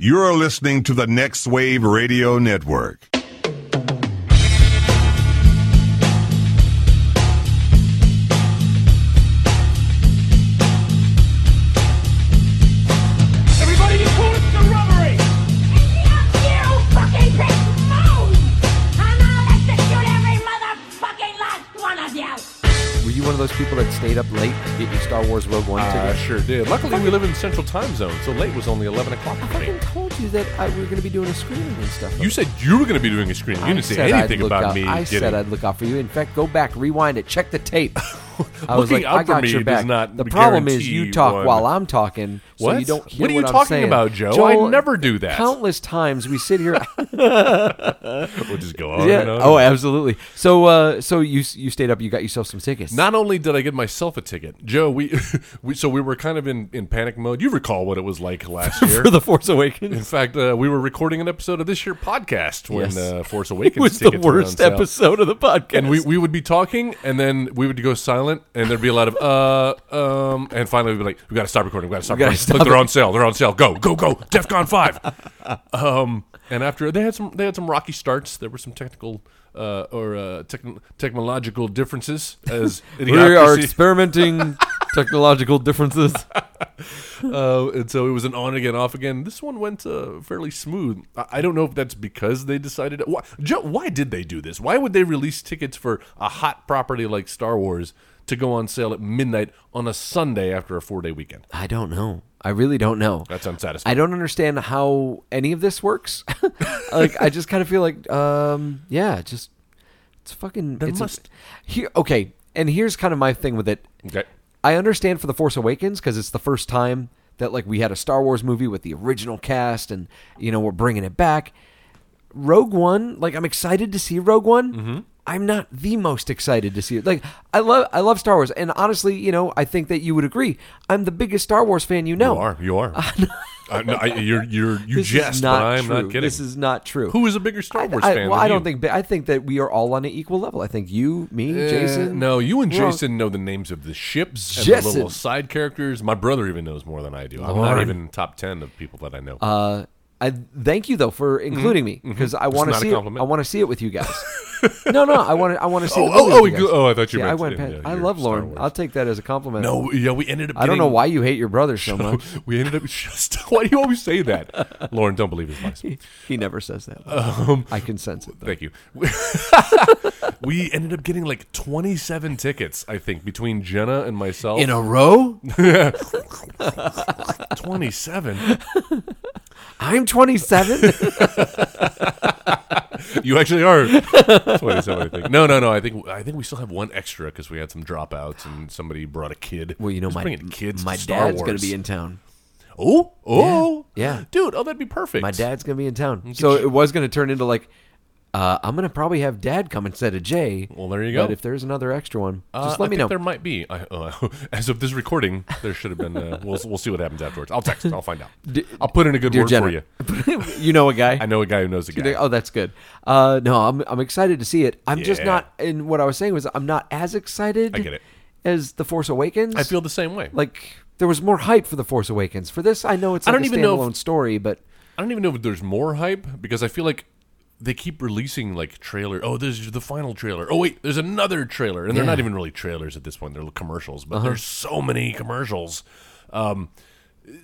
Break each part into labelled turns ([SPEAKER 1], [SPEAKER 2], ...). [SPEAKER 1] You're listening to the Next Wave Radio Network.
[SPEAKER 2] Everybody, you call it the robbery!
[SPEAKER 3] Were you one of those people that stayed up late to get your Star Wars Rogue One
[SPEAKER 4] I
[SPEAKER 3] ticket?
[SPEAKER 4] sure did. Luckily, we live in Central Time Zone, so late was only 11 o'clock
[SPEAKER 3] I
[SPEAKER 4] for me.
[SPEAKER 3] fucking told you that I, we were going to be doing a screening and stuff.
[SPEAKER 4] You said you were going to be doing a screening. You
[SPEAKER 3] I
[SPEAKER 4] didn't say
[SPEAKER 3] said I'd
[SPEAKER 4] anything
[SPEAKER 3] look
[SPEAKER 4] about
[SPEAKER 3] out-
[SPEAKER 4] me
[SPEAKER 3] I
[SPEAKER 4] getting.
[SPEAKER 3] said I'd look out for you. In fact, go back, rewind it, check the tape. I was
[SPEAKER 4] Looking
[SPEAKER 3] like,
[SPEAKER 4] out
[SPEAKER 3] I
[SPEAKER 4] for
[SPEAKER 3] got
[SPEAKER 4] me
[SPEAKER 3] your
[SPEAKER 4] does
[SPEAKER 3] back.
[SPEAKER 4] not
[SPEAKER 3] the problem is
[SPEAKER 4] guarantee
[SPEAKER 3] you talk
[SPEAKER 4] one.
[SPEAKER 3] while I'm talking, so
[SPEAKER 4] What?
[SPEAKER 3] you don't hear
[SPEAKER 4] What are you
[SPEAKER 3] I'm
[SPEAKER 4] talking
[SPEAKER 3] saying.
[SPEAKER 4] about, Joe? I never do that.
[SPEAKER 3] Countless times we sit here.
[SPEAKER 4] we'll just go on
[SPEAKER 3] yeah.
[SPEAKER 4] and on.
[SPEAKER 3] Oh, absolutely. So, uh, so you you stayed up. You got yourself some tickets.
[SPEAKER 4] Not only did I get myself a ticket, Joe, we, we so we were kind of in, in panic mode. You recall what it was like last year.
[SPEAKER 3] for the Force Awakens.
[SPEAKER 4] in fact, uh, we were recording an episode of this year podcast when
[SPEAKER 3] Yes.
[SPEAKER 4] uh, Force
[SPEAKER 3] It
[SPEAKER 4] Awakens
[SPEAKER 3] was the
[SPEAKER 4] tickets were on
[SPEAKER 3] worst
[SPEAKER 4] sale.
[SPEAKER 3] episode of the podcast.
[SPEAKER 4] And we, we would be talking, and then we would go silent, and there'd be a lot of uh um, and finally we'd be like, we gotta stop recording, we gotta stop
[SPEAKER 3] We gotta
[SPEAKER 4] recording.
[SPEAKER 3] stop
[SPEAKER 4] Look, they're
[SPEAKER 3] it.
[SPEAKER 4] on sale, they're on sale. Go, go, go! DefCon Five. um, and after they had some they had some rocky starts. There were some technical uh, or uh, techn technological differences as
[SPEAKER 3] we are
[SPEAKER 4] idiocracy.
[SPEAKER 3] experimenting technological differences.
[SPEAKER 4] Uh, and so it was an on again, off again. This one went uh, fairly smooth. I, I don't know if that's because they decided. Why, Joe, why did they do this? Why would they release tickets for a hot property like Star Wars to go on sale at midnight on a Sunday after a four day weekend?
[SPEAKER 3] I don't know. I really don't know.
[SPEAKER 4] That's
[SPEAKER 3] I
[SPEAKER 4] unsatisfying.
[SPEAKER 3] don't understand how any of this works. like I just kind of feel like, um, yeah, just it's fucking.
[SPEAKER 4] There
[SPEAKER 3] it's a-
[SPEAKER 4] must-
[SPEAKER 3] here, okay, and here's kind of my thing with it.
[SPEAKER 4] Okay.
[SPEAKER 3] I understand for the Force Awakens because it's the first time that like we had a Star Wars movie with the original cast, and you know we're bringing it back. Rogue One, like I'm excited to see Rogue One.
[SPEAKER 4] Mm-hmm.
[SPEAKER 3] I'm not the most excited to see it. Like I love, I love Star Wars, and honestly, you know, I think that you would agree. I'm the biggest Star Wars fan you know.
[SPEAKER 4] You are. You are. I, no, I, you're, you're, you
[SPEAKER 3] This is
[SPEAKER 4] jest,
[SPEAKER 3] not
[SPEAKER 4] but I'm
[SPEAKER 3] true.
[SPEAKER 4] not kidding.
[SPEAKER 3] This is not true.
[SPEAKER 4] Who is a bigger Star
[SPEAKER 3] I-
[SPEAKER 4] Wars
[SPEAKER 3] I,
[SPEAKER 4] fan?
[SPEAKER 3] Well,
[SPEAKER 4] than
[SPEAKER 3] I don't
[SPEAKER 4] you?
[SPEAKER 3] think. I think that we are all on an equal level. I think you, me,
[SPEAKER 4] Eh,
[SPEAKER 3] Jason.
[SPEAKER 4] No, you and
[SPEAKER 3] we're all-
[SPEAKER 4] Jason know the names of the ships and the
[SPEAKER 3] Jason.
[SPEAKER 4] little side characters. My brother even knows more than I do. I'm
[SPEAKER 3] Lord.
[SPEAKER 4] not even in top ten of people that I know.
[SPEAKER 3] Uh, I thank you though for
[SPEAKER 4] Mm-hmm.
[SPEAKER 3] including me because I want to
[SPEAKER 4] not a
[SPEAKER 3] see. It,
[SPEAKER 4] compliment.
[SPEAKER 3] I want to see it with you guys. no, no, I want to. I want to see.
[SPEAKER 4] Oh,
[SPEAKER 3] the movie
[SPEAKER 4] oh, oh,
[SPEAKER 3] with you
[SPEAKER 4] you-
[SPEAKER 3] guys.
[SPEAKER 4] oh, I thought you
[SPEAKER 3] Yeah, I
[SPEAKER 4] meant-
[SPEAKER 3] went.
[SPEAKER 4] yeah,
[SPEAKER 3] past-
[SPEAKER 4] yeah,
[SPEAKER 3] I
[SPEAKER 4] your
[SPEAKER 3] love
[SPEAKER 4] Star
[SPEAKER 3] Lauren.
[SPEAKER 4] Wars.
[SPEAKER 3] I'll take that as a compliment.
[SPEAKER 4] No, yeah, we ended up.
[SPEAKER 3] I don't know
[SPEAKER 4] getting-
[SPEAKER 3] why you hate your brother so much.
[SPEAKER 4] We ended up just. Why do you always say that, Lauren? Don't believe his lies.
[SPEAKER 3] He never says that. I can sense it. Though.
[SPEAKER 4] Thank you. we ended up getting like twenty-seven tickets, I think, between Jenna and myself.
[SPEAKER 3] In a row,
[SPEAKER 4] twenty-seven.
[SPEAKER 3] I'm 27.
[SPEAKER 4] You actually are twenty-seven. I think. No, no, no. I think I think we still have one extra because we had some dropouts and somebody brought a kid.
[SPEAKER 3] well, you know
[SPEAKER 4] Just
[SPEAKER 3] my
[SPEAKER 4] bringing kids. to
[SPEAKER 3] my
[SPEAKER 4] Star
[SPEAKER 3] dad's gonna
[SPEAKER 4] Wars.
[SPEAKER 3] be in town.
[SPEAKER 4] Oh, oh,
[SPEAKER 3] Yeah, yeah.
[SPEAKER 4] dude. Oh, that'd be perfect.
[SPEAKER 3] My dad's gonna be in town, so it was gonna turn into like, uh, I'm gonna probably have dad come instead of Jay.
[SPEAKER 4] Well, there you
[SPEAKER 3] But
[SPEAKER 4] go.
[SPEAKER 3] if there's another extra one,
[SPEAKER 4] Uh,
[SPEAKER 3] just let
[SPEAKER 4] I
[SPEAKER 3] me
[SPEAKER 4] think
[SPEAKER 3] know.
[SPEAKER 4] There might be. I, uh, as of this recording, there should have been. Uh, we'll we'll see what happens afterwards. I'll text. I'll find out.
[SPEAKER 3] D-
[SPEAKER 4] I'll put in a good
[SPEAKER 3] Dear
[SPEAKER 4] word
[SPEAKER 3] Jenna,
[SPEAKER 4] for you.
[SPEAKER 3] you know a guy.
[SPEAKER 4] I know a guy who knows a guy.
[SPEAKER 3] Oh, that's good. Uh, no, I'm I'm excited to see it. I'm just
[SPEAKER 4] Yeah.
[SPEAKER 3] not. And what I was saying was, I'm not as excited.
[SPEAKER 4] I get it.
[SPEAKER 3] As the Force Awakens,
[SPEAKER 4] I feel the same way.
[SPEAKER 3] like there was more hype for the Force Awakens. For this, I know it's
[SPEAKER 4] I
[SPEAKER 3] like
[SPEAKER 4] don't
[SPEAKER 3] a
[SPEAKER 4] even know if-
[SPEAKER 3] standalone story, but
[SPEAKER 4] I don't even know if there's more hype because I feel like they keep releasing like trailer. Oh, there's the final trailer. Oh wait, there's another trailer, and they're
[SPEAKER 3] Yeah. Uh-huh.
[SPEAKER 4] not even really trailers at this point. They're commercials, but there's so many commercials. Um,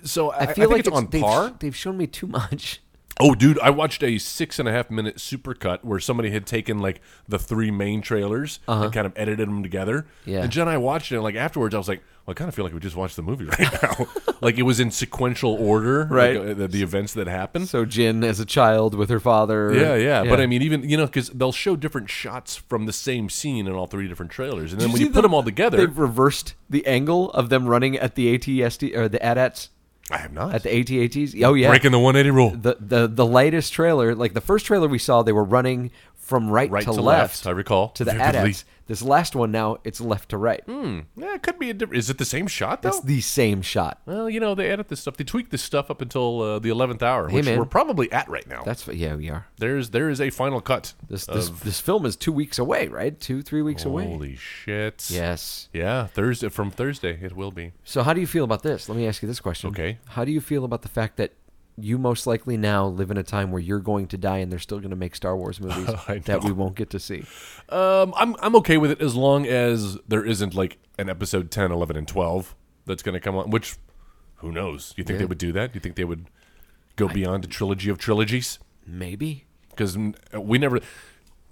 [SPEAKER 4] so
[SPEAKER 3] I
[SPEAKER 4] I,
[SPEAKER 3] feel
[SPEAKER 4] I think
[SPEAKER 3] like
[SPEAKER 4] it's on
[SPEAKER 3] they've,
[SPEAKER 4] par.
[SPEAKER 3] They've shown me too much.
[SPEAKER 4] Oh, dude, I watched a six and a half minute supercut where somebody had taken like the three main trailers and kind of edited them together.
[SPEAKER 3] Uh-huh. Yeah.
[SPEAKER 4] And Jen and I watched it, and like afterwards, I was like, well, I kind of feel like we just watched the movie right now. like it was in sequential order,
[SPEAKER 3] Right.
[SPEAKER 4] like, uh, the, the events that happened.
[SPEAKER 3] So Jin as a child with her father.
[SPEAKER 4] yeah, yeah, But I mean, even, you know, because they'll show different shots from the same scene in all three different trailers. And then
[SPEAKER 3] Did
[SPEAKER 4] when
[SPEAKER 3] see
[SPEAKER 4] you put
[SPEAKER 3] the-
[SPEAKER 4] them all together,
[SPEAKER 3] They've reversed the angle of them running at the ATST or the ATATs
[SPEAKER 4] I have not.
[SPEAKER 3] at the ATATs. Oh yeah,
[SPEAKER 4] Breaking the 180 rule.
[SPEAKER 3] the the the latest trailer, like the first trailer we saw, they were running from right,
[SPEAKER 4] Right
[SPEAKER 3] to,
[SPEAKER 4] to
[SPEAKER 3] left,
[SPEAKER 4] left, I recall
[SPEAKER 3] to the
[SPEAKER 4] vividly. Hmm.
[SPEAKER 3] ATATs. This last one now, it's left to right.
[SPEAKER 4] yeah, it could be a different. Is it the same shot, though?
[SPEAKER 3] It's the same shot.
[SPEAKER 4] well, you know, they edit this stuff. They tweak this stuff up until uh, the 11th hour,
[SPEAKER 3] Hey,
[SPEAKER 4] which
[SPEAKER 3] man.
[SPEAKER 4] we're probably at right now.
[SPEAKER 3] That's what, yeah, we are.
[SPEAKER 4] There's there is a final cut.
[SPEAKER 3] This this this film is two weeks away, right? Two three weeks away.
[SPEAKER 4] Holy shit.
[SPEAKER 3] Yes.
[SPEAKER 4] Yeah, Thursday from Thursday it will be.
[SPEAKER 3] So how do you feel about this? Let me ask you this question.
[SPEAKER 4] Okay.
[SPEAKER 3] How do you feel about the fact that you most likely now live in a time where you're going to die, and they're still going to make Star Wars movies
[SPEAKER 4] I
[SPEAKER 3] that we won't get to see.
[SPEAKER 4] Um, I'm I'm okay with it as long as there isn't like an episode 10, 11, and 12 that's going to come on. Which, who knows? Do you think they would do that? Do you think they would go beyond a trilogy of trilogies?
[SPEAKER 3] Maybe
[SPEAKER 4] Because we never.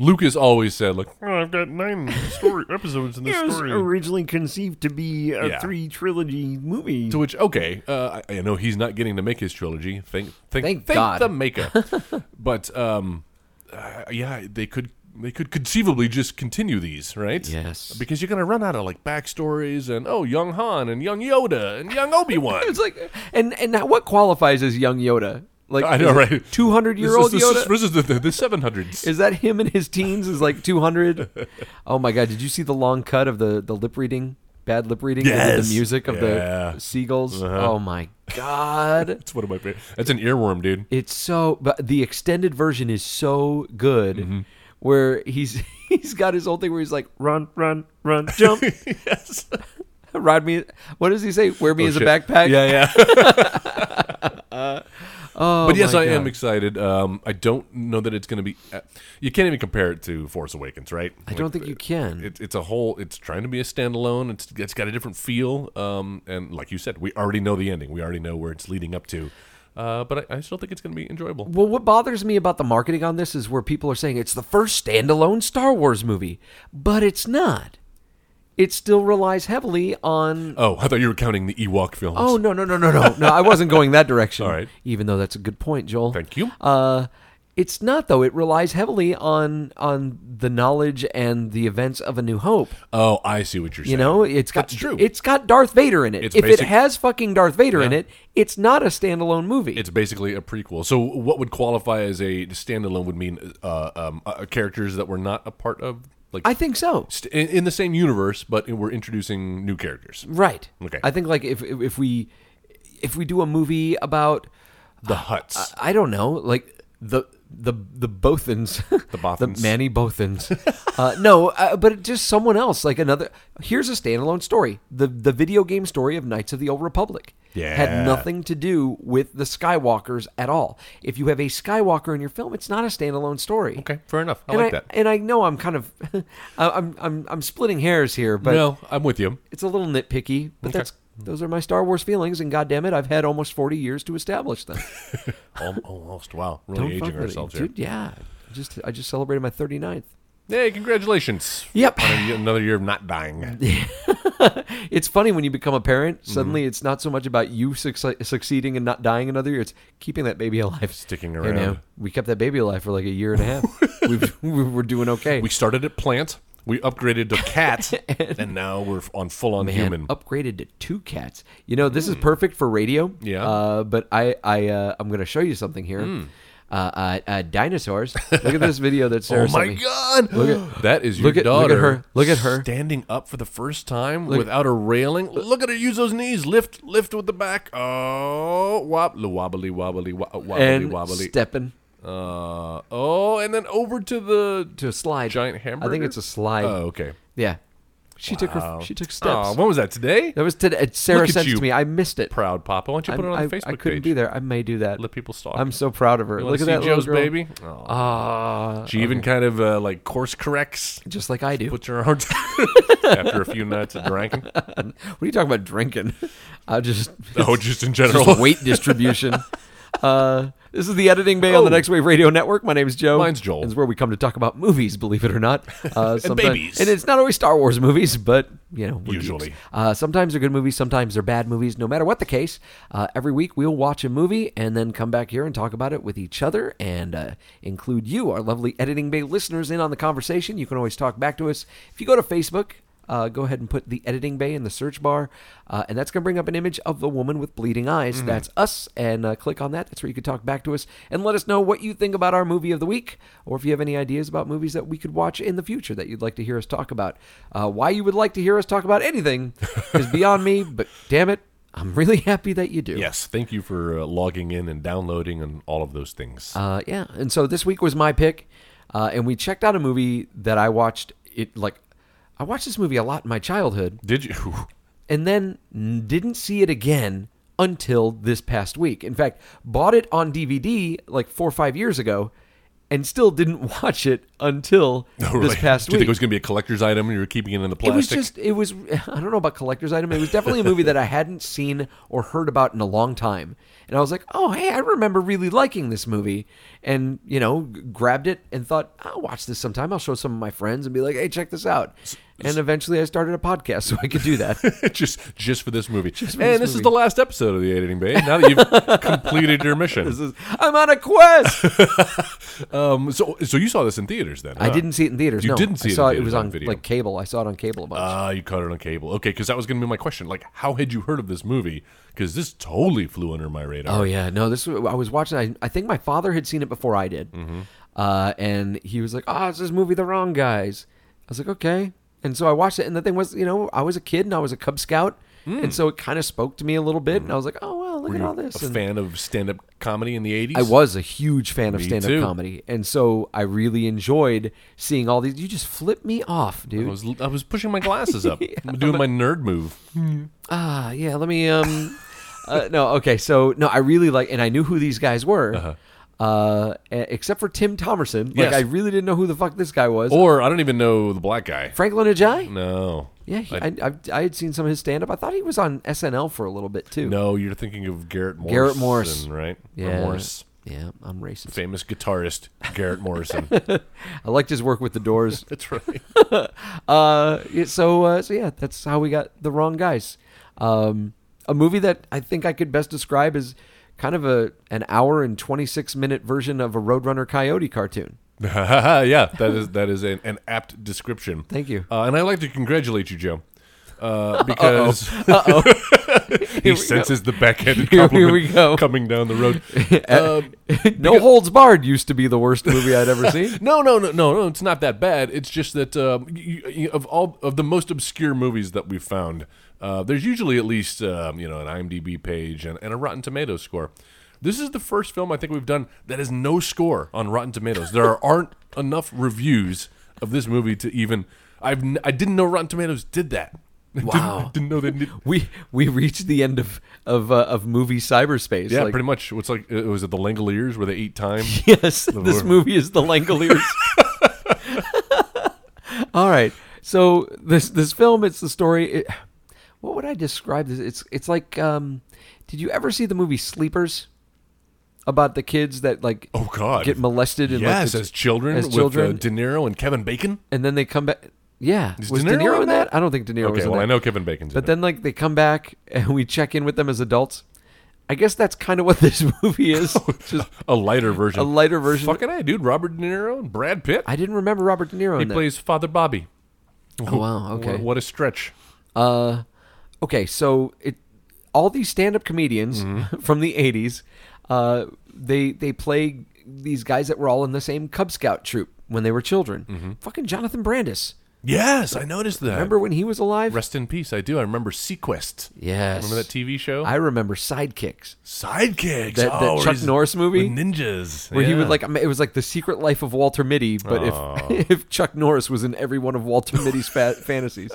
[SPEAKER 4] Lucas always said, "Like "Oh, I've got nine story episodes in this story."
[SPEAKER 3] originally conceived to be a
[SPEAKER 4] Yeah. three
[SPEAKER 3] trilogy movie.
[SPEAKER 4] To which, okay, uh, I, I know he's not getting to make his trilogy. Thank, thank,
[SPEAKER 3] Thank
[SPEAKER 4] thank,
[SPEAKER 3] God.
[SPEAKER 4] the maker. but um, uh, yeah, they could they could conceivably just continue these, right?
[SPEAKER 3] Yes.
[SPEAKER 4] because you're gonna run out of like backstories and oh, young Han and young Yoda and young Obi Wan.
[SPEAKER 3] It's like, and and now what qualifies as young Yoda? Like
[SPEAKER 4] I know, right?
[SPEAKER 3] Two hundred year old
[SPEAKER 4] This is-
[SPEAKER 3] Yoda.
[SPEAKER 4] This is, the, the 700s.
[SPEAKER 3] Is that him in his teens? Is like two hundred? Oh my god! Did you see the long cut of the the lip reading? Bad lip reading. They did
[SPEAKER 4] Yes.
[SPEAKER 3] The music of
[SPEAKER 4] Yeah. Uh-huh.
[SPEAKER 3] the seagulls. Oh my god!
[SPEAKER 4] That's one of my favorite. That's an earworm, dude.
[SPEAKER 3] It's so, but the extended version is so good,
[SPEAKER 4] Mm-hmm.
[SPEAKER 3] where he's he's got his whole thing where he's like, run, run, run, jump,
[SPEAKER 4] yes.
[SPEAKER 3] ride me. What does he say? Wear me as
[SPEAKER 4] Oh, shit.
[SPEAKER 3] a backpack.
[SPEAKER 4] Yeah, yeah.
[SPEAKER 3] Oh,
[SPEAKER 4] but yes,
[SPEAKER 3] my
[SPEAKER 4] I am
[SPEAKER 3] God.
[SPEAKER 4] excited. Um, I don't know that it's going to be. Uh, you can't even compare it to Force Awakens, right?
[SPEAKER 3] I don't think you can.
[SPEAKER 4] It, it's a whole. It's trying to be a standalone. It's it's got a different feel. Um, and like you said, we already know the ending. We already know where it's leading up to. Uh, but I, I still think it's going to be enjoyable.
[SPEAKER 3] Well, what bothers me about the marketing on this is where people are saying it's the first standalone Star Wars movie, but it's not. It still relies heavily on.
[SPEAKER 4] Oh, I thought you were counting the Ewok films.
[SPEAKER 3] Oh no no no no no no! I wasn't going that direction.
[SPEAKER 4] All right.
[SPEAKER 3] Even though that's a good point, Joel.
[SPEAKER 4] Thank you.
[SPEAKER 3] Uh, it's not though. It relies heavily on on the knowledge and the events of A New Hope.
[SPEAKER 4] Oh, I see what you're saying.
[SPEAKER 3] You know, it's got
[SPEAKER 4] That's true.
[SPEAKER 3] It's got Darth Vader in it.
[SPEAKER 4] It's
[SPEAKER 3] if
[SPEAKER 4] basic-
[SPEAKER 3] it has fucking Darth Vader in it, it's not a standalone movie.
[SPEAKER 4] it's basically a prequel. So, what would qualify as a standalone would mean uh, um, uh, characters that were not a part of, like,
[SPEAKER 3] I think so.
[SPEAKER 4] st- in, in the same universe, but we're introducing new characters.
[SPEAKER 3] Right.
[SPEAKER 4] Okay.
[SPEAKER 3] I think like if if if we if we do a movie about
[SPEAKER 4] The Huts.
[SPEAKER 3] I don't know like the the the Bothans the
[SPEAKER 4] Bothans.
[SPEAKER 3] the Manny Bothans uh, no uh, but just someone else like another here's a standalone story the the video game story of Knights of the Old Republic
[SPEAKER 4] Yeah.
[SPEAKER 3] had nothing to do with the Skywalkers at all if you have a Skywalker in your film it's not a standalone story
[SPEAKER 4] okay, fair enough. I
[SPEAKER 3] and
[SPEAKER 4] like
[SPEAKER 3] I,
[SPEAKER 4] that.
[SPEAKER 3] and I know I'm kind of I- I'm I'm I'm splitting hairs here but
[SPEAKER 4] no, I'm with you.
[SPEAKER 3] it's a little nitpicky, but that's those are my Star Wars feelings, and goddamn it, I've had almost forty years to establish them.
[SPEAKER 4] Al- Almost. Wow.
[SPEAKER 3] Don't
[SPEAKER 4] Really
[SPEAKER 3] fuck
[SPEAKER 4] aging
[SPEAKER 3] with it,
[SPEAKER 4] ourselves here.
[SPEAKER 3] dude. Yeah, I just I just celebrated my 39th.
[SPEAKER 4] Hey, congratulations.
[SPEAKER 3] Yep.
[SPEAKER 4] On a- another year of not dying.
[SPEAKER 3] It's funny when you become a
[SPEAKER 4] Mm-hmm.
[SPEAKER 3] parent. Suddenly, it's not so much about you succe- succeeding and not dying another year. It's keeping that baby alive,
[SPEAKER 4] Sticking
[SPEAKER 3] Hey,
[SPEAKER 4] around.
[SPEAKER 3] man, we kept that baby alive for like a year and a half. We've, we were doing okay.
[SPEAKER 4] We started at plant, we upgraded to cat, and now we're on full on
[SPEAKER 3] Man,
[SPEAKER 4] human.
[SPEAKER 3] upgraded to two cats. You know, this is perfect for radio.
[SPEAKER 4] Yeah. Hmm.
[SPEAKER 3] Uh, but I, I, uh, I'm going to show you something here. Uh, uh, uh, dinosaurs. Look at this video that Sarah
[SPEAKER 4] Oh my
[SPEAKER 3] sent me.
[SPEAKER 4] god!
[SPEAKER 3] Look
[SPEAKER 4] that is your
[SPEAKER 3] look at- look at
[SPEAKER 4] daughter.
[SPEAKER 3] her. Look at her.
[SPEAKER 4] standing up for the first time without a railing. Look at her use those knees. Lift, lift with the back. Oh, wop, wobbly, wobbly, wo- wobbly,
[SPEAKER 3] And
[SPEAKER 4] wobbly.
[SPEAKER 3] stepping
[SPEAKER 4] Uh, oh, and then over to the
[SPEAKER 3] to a slide.
[SPEAKER 4] giant hamburger.
[SPEAKER 3] I think it's a slide.
[SPEAKER 4] Oh, okay.
[SPEAKER 3] Yeah. She took her. She took steps.
[SPEAKER 4] Oh, when was that today?
[SPEAKER 3] that was today. Sarah
[SPEAKER 4] Look at
[SPEAKER 3] sent it
[SPEAKER 4] you.
[SPEAKER 3] to me. I missed it.
[SPEAKER 4] Proud Papa. Why don't you put
[SPEAKER 3] I'm-
[SPEAKER 4] it
[SPEAKER 3] I,
[SPEAKER 4] on the Facebook
[SPEAKER 3] I couldn't
[SPEAKER 4] page?
[SPEAKER 3] be there. I may do that.
[SPEAKER 4] Let people stalk.
[SPEAKER 3] I'm so proud of her.
[SPEAKER 4] You wanna
[SPEAKER 3] Look at
[SPEAKER 4] see
[SPEAKER 3] that little
[SPEAKER 4] Joe's
[SPEAKER 3] girl. Uh,
[SPEAKER 4] baby. Oh.
[SPEAKER 3] Ah,
[SPEAKER 4] she even kind of uh, like course corrects.
[SPEAKER 3] just like I do.
[SPEAKER 4] Puts her arms after a few nights of drinking.
[SPEAKER 3] What are you talking about drinking? I just
[SPEAKER 4] Oh, just in
[SPEAKER 3] just
[SPEAKER 4] general.
[SPEAKER 3] weight distribution. uh, this is the editing bay on the Next Wave Radio Network. My name's Joe.
[SPEAKER 4] Oh. Mine's Joel.
[SPEAKER 3] And it's where we come to talk about movies, believe it or not. Uh, sometime-
[SPEAKER 4] babies.
[SPEAKER 3] And it's not always Star Wars movies, but you know, we're
[SPEAKER 4] Usually.
[SPEAKER 3] geeks. Uh, sometimes they're good movies, sometimes they're bad movies. No matter what the case, uh, every week we'll watch a movie and then come back here and talk about it with each other and uh, include you, our lovely Editing Bay listeners, in on the conversation. You can always talk back to us. If you go to Facebook, uh, go ahead and put the Editing Bay in the search bar, uh, and that's going to bring up an image of the woman with bleeding eyes. That's us, and uh, click on that. That's where you can talk back to us and let us know what you think about our movie of the week, or if you have any ideas about movies that we could watch in the future that you'd like to hear us talk about. Uh, why you would like to hear us talk about anything is beyond me, but damn it, I'm really happy that you do.
[SPEAKER 4] Yes, thank you for uh, logging in and downloading and all of those things.
[SPEAKER 3] Uh, yeah, and so this week was my pick, uh, and we checked out a movie that I watched. It like I watched this movie a lot in my childhood.
[SPEAKER 4] Did you?
[SPEAKER 3] and then n- didn't see it again until this past week. In fact, bought it on DVD like four or five years ago and still didn't watch it until this past
[SPEAKER 4] Do you
[SPEAKER 3] week.
[SPEAKER 4] think it was going to be a collector's item and you were keeping it in the
[SPEAKER 3] It was
[SPEAKER 4] plastic?
[SPEAKER 3] just it was I don't know about collector's item. It was definitely a movie that I hadn't seen or heard about in a long time. And I was like, "Oh, hey, I remember really liking this movie." And, you know, g- grabbed it and thought, "I'll watch this sometime. I'll show some of my friends and be like, "Hey, check this out." And eventually I started a podcast so I could do that.
[SPEAKER 4] just just for this movie.
[SPEAKER 3] for
[SPEAKER 4] and
[SPEAKER 3] this
[SPEAKER 4] this, is
[SPEAKER 3] movie.
[SPEAKER 4] the last episode of the editing bay. Now that you've completed your mission,
[SPEAKER 3] I'm on a quest.
[SPEAKER 4] um, so so you saw this in theaters then?
[SPEAKER 3] I
[SPEAKER 4] huh?
[SPEAKER 3] didn't see it in theaters.
[SPEAKER 4] Uh, You
[SPEAKER 3] no,
[SPEAKER 4] didn't
[SPEAKER 3] I
[SPEAKER 4] see it in
[SPEAKER 3] saw it. It
[SPEAKER 4] theaters,
[SPEAKER 3] was
[SPEAKER 4] on
[SPEAKER 3] on
[SPEAKER 4] video.
[SPEAKER 3] like cable. I saw it on cable a bunch.
[SPEAKER 4] Ah, you caught it on cable. Okay, because that was going to be my question. Like, how had you heard of this movie? Because this totally flew under my radar.
[SPEAKER 3] Oh yeah, no. This was- I was watching. I, I think my father had seen it before I did,
[SPEAKER 4] Mm-hmm.
[SPEAKER 3] uh, and he was like, "Oh, is this movie the wrong guys?" I was like, "Okay." And so I watched it, and the thing was, you know, I was a kid and I was a Cub Scout, and so it kind of spoke to me a little bit, and I was like, "Oh well, look
[SPEAKER 4] Mm. Were
[SPEAKER 3] at
[SPEAKER 4] you
[SPEAKER 3] all this."
[SPEAKER 4] a
[SPEAKER 3] and
[SPEAKER 4] fan of stand-up comedy in the eighties?
[SPEAKER 3] I was a huge fan of
[SPEAKER 4] Me
[SPEAKER 3] stand-up
[SPEAKER 4] too.
[SPEAKER 3] comedy, and so I really enjoyed seeing all these. You just flip me off, dude.
[SPEAKER 4] I was, I was pushing my glasses up, doing my nerd move.
[SPEAKER 3] ah, yeah, let me um uh, no, okay. So no, I really like and I knew who these guys were. uh e- except for Tim Thomerson. Like
[SPEAKER 4] Uh-huh. Yes. Oh.
[SPEAKER 3] I really didn't know who the fuck this guy was.
[SPEAKER 4] Or I don't even know the black guy.
[SPEAKER 3] Franklin Ajay?
[SPEAKER 4] No.
[SPEAKER 3] Yeah, he,
[SPEAKER 4] Mm. I-
[SPEAKER 3] I, I, I had seen some of his stand up. I thought he was on SNL for a little bit too.
[SPEAKER 4] no, you're thinking of Garrett Morrison,
[SPEAKER 3] Garrett Morris.
[SPEAKER 4] right? Or
[SPEAKER 3] Yeah.
[SPEAKER 4] Morris,
[SPEAKER 3] Yeah, I'm racist.
[SPEAKER 4] famous guitarist Garrett Morrison.
[SPEAKER 3] I liked his work with the Doors.
[SPEAKER 4] That's right.
[SPEAKER 3] uh, yeah, so uh, so yeah, that's how we got the wrong guys. Um, a movie that I think I could best describe as kind of a an hour and twenty six minute version of a Roadrunner Coyote cartoon.
[SPEAKER 4] yeah, that is that is an, an apt description.
[SPEAKER 3] Thank you.
[SPEAKER 4] Uh, and I'd like to congratulate you, Joe, uh, because he senses the backhanded
[SPEAKER 3] Here we
[SPEAKER 4] compliment
[SPEAKER 3] go. Uh,
[SPEAKER 4] coming down the road. Um,
[SPEAKER 3] no holds barred used to be the worst movie I'd ever seen.
[SPEAKER 4] no, no, no, no, no. It's not that bad. It's just that um, you, you, of all of the most obscure movies that we've found, uh, there's usually at least um, you know an IMDb page and, and a Rotten Tomatoes score. This is the first film I think we've done that has no score on Rotten Tomatoes. There aren't enough reviews of this movie to even. I've n- I didn't know Rotten Tomatoes did that.
[SPEAKER 3] Wow.
[SPEAKER 4] didn't, didn't know they did.
[SPEAKER 3] We we reached the end of of uh, of movie cyberspace.
[SPEAKER 4] Yeah,
[SPEAKER 3] like,
[SPEAKER 4] pretty much. It's like uh, was it the Langoliers where they ate time?
[SPEAKER 3] Yes, this movie is the Langoliers. All right, so this this film it's the story. It, what would I describe this? It's it's like, um, did you ever see the movie Sleepers? About the kids that like
[SPEAKER 4] Oh, God.
[SPEAKER 3] get molested and like,
[SPEAKER 4] yes,
[SPEAKER 3] the-
[SPEAKER 4] as children,
[SPEAKER 3] as
[SPEAKER 4] with
[SPEAKER 3] children
[SPEAKER 4] uh, De Niro and Kevin Bacon.
[SPEAKER 3] and then they come back. Yeah,
[SPEAKER 4] Is
[SPEAKER 3] was
[SPEAKER 4] De Niro in
[SPEAKER 3] that?
[SPEAKER 4] that?
[SPEAKER 3] I don't think De Niro was
[SPEAKER 4] Okay,
[SPEAKER 3] in
[SPEAKER 4] well,
[SPEAKER 3] that.
[SPEAKER 4] I know Kevin Bacon's. in
[SPEAKER 3] But
[SPEAKER 4] it.
[SPEAKER 3] then like they come back and we check in with them as adults. I guess that's kind of what this movie is. Just
[SPEAKER 4] a lighter version.
[SPEAKER 3] a lighter version.
[SPEAKER 4] Fucking I, dude. Robert De Niro and Brad Pitt.
[SPEAKER 3] I didn't remember Robert De Niro
[SPEAKER 4] he
[SPEAKER 3] in that.
[SPEAKER 4] plays Father Bobby.
[SPEAKER 3] Oh, wow, okay.
[SPEAKER 4] What, what a stretch.
[SPEAKER 3] Uh, okay, so it all these stand-up comedians
[SPEAKER 4] Mm-hmm.
[SPEAKER 3] from the '80s, uh, they they play these guys that were all in the same Cub Scout troop when they were children.
[SPEAKER 4] Mm-hmm.
[SPEAKER 3] Fucking Jonathan Brandis.
[SPEAKER 4] Yes, I noticed that.
[SPEAKER 3] Remember when he was alive?
[SPEAKER 4] Rest in peace. I do. I remember Sequest.
[SPEAKER 3] Yes.
[SPEAKER 4] Remember that TV show?
[SPEAKER 3] I remember Sidekicks,
[SPEAKER 4] Sidekicks.
[SPEAKER 3] That- that
[SPEAKER 4] Oh, where
[SPEAKER 3] Chuck
[SPEAKER 4] he's
[SPEAKER 3] Norris movie?
[SPEAKER 4] with ninjas.
[SPEAKER 3] where he
[SPEAKER 4] Yeah. Oh.
[SPEAKER 3] would like it was like the Secret Life of Walter Mitty, but if if Chuck Norris was in every one of Walter Mitty's fa- fantasies.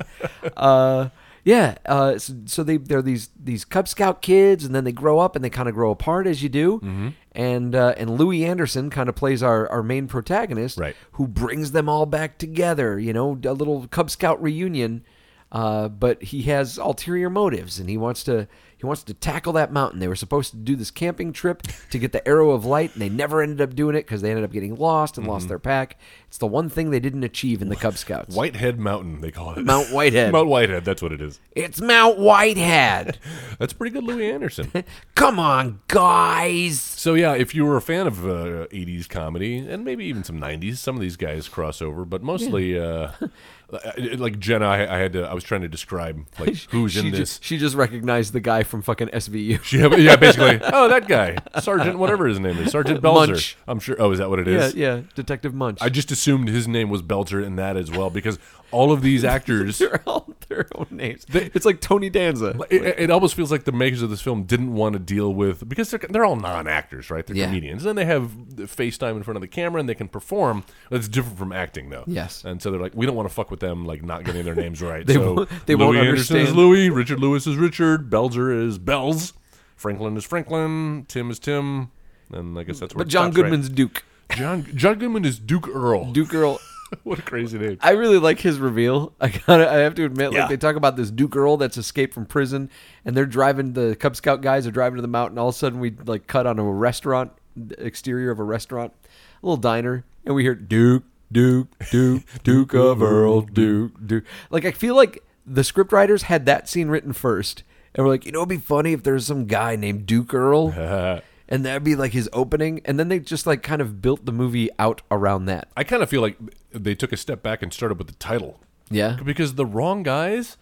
[SPEAKER 3] Uh, yeah, uh, so, so they they're these these Cub Scout kids, and then they grow up and they kind of grow apart as you do.
[SPEAKER 4] Mm-hmm.
[SPEAKER 3] And uh, and Louis Anderson kind of plays our, our main protagonist,
[SPEAKER 4] Right.
[SPEAKER 3] Who brings them all back together? You know, a little Cub Scout reunion. Uh, but he has ulterior motives, and he wants to he wants to tackle that mountain. They were supposed to do this camping trip to get the Arrow of Light, and they never ended up doing it because they ended up getting lost and
[SPEAKER 4] Mm-hmm.
[SPEAKER 3] lost their pack. It's the one thing they didn't achieve in the Cub Scouts.
[SPEAKER 4] Whitehead Mountain, they call it.
[SPEAKER 3] Mount Whitehead.
[SPEAKER 4] Mount Whitehead, that's what it is.
[SPEAKER 3] It's Mount Whitehead.
[SPEAKER 4] That's pretty good, Louis Anderson.
[SPEAKER 3] Come on, guys.
[SPEAKER 4] So yeah, if you were a fan of uh, '80s comedy and maybe even some '90s, some of these guys cross over, but mostly uh, uh, like Jenna, I, I had to, I was trying to describe like who's
[SPEAKER 3] she
[SPEAKER 4] in
[SPEAKER 3] ju-
[SPEAKER 4] this.
[SPEAKER 3] she just recognized the guy from fucking SVU.
[SPEAKER 4] She- yeah, basically. Oh, that guy, Sergeant, whatever his name is, Sergeant Belzer.
[SPEAKER 3] Munch.
[SPEAKER 4] I'm sure. Oh, is that what it
[SPEAKER 3] yeah,
[SPEAKER 4] is?
[SPEAKER 3] yeah, Detective Munch.
[SPEAKER 4] I just assumed his name was Belzer in that as well because all of these actors.
[SPEAKER 3] They're all their own names. it's like Tony Danza.
[SPEAKER 4] It, it almost feels like the makers of this film didn't want to deal with because they're they're all non actors, right? They're
[SPEAKER 3] Yeah.
[SPEAKER 4] comedians, and they have the FaceTime in front of the camera, and they can perform. That's different from acting, though.
[SPEAKER 3] Yes.
[SPEAKER 4] and so they're like, we don't want to fuck with them, like not getting their names right.
[SPEAKER 3] They
[SPEAKER 4] so
[SPEAKER 3] won't- they won't
[SPEAKER 4] Louis Anderson is
[SPEAKER 3] understand.
[SPEAKER 4] Louis, Richard Lewis is Richard, Belzer is Bells, Franklin is Franklin, Tim is Tim, and I guess that's where.
[SPEAKER 3] But
[SPEAKER 4] it
[SPEAKER 3] John
[SPEAKER 4] stops, right?
[SPEAKER 3] Goodman's Duke.
[SPEAKER 4] John John Goodman is Duke Earl.
[SPEAKER 3] Duke Earl.
[SPEAKER 4] what a crazy name.
[SPEAKER 3] I really like his reveal. I gotta, I have to admit,
[SPEAKER 4] Yeah.
[SPEAKER 3] like they talk about this Duke Earl that's escaped from prison, and they're driving. The Cub Scout guys are driving to the mountain. All of a sudden, we like cut on a restaurant exterior of a restaurant, a little diner, and we hear Duke, Duke, Duke, Duke of Earl, Duke, Duke. Like I feel like the script writers had that scene written first, and we're like, you know, it'd be funny if there's some guy named Duke Earl. And that'd be like his opening, and then they just like kind of built the movie out around that.
[SPEAKER 4] I kind of feel like they took a step back and started with the title
[SPEAKER 3] Yeah,
[SPEAKER 4] because the wrong guys.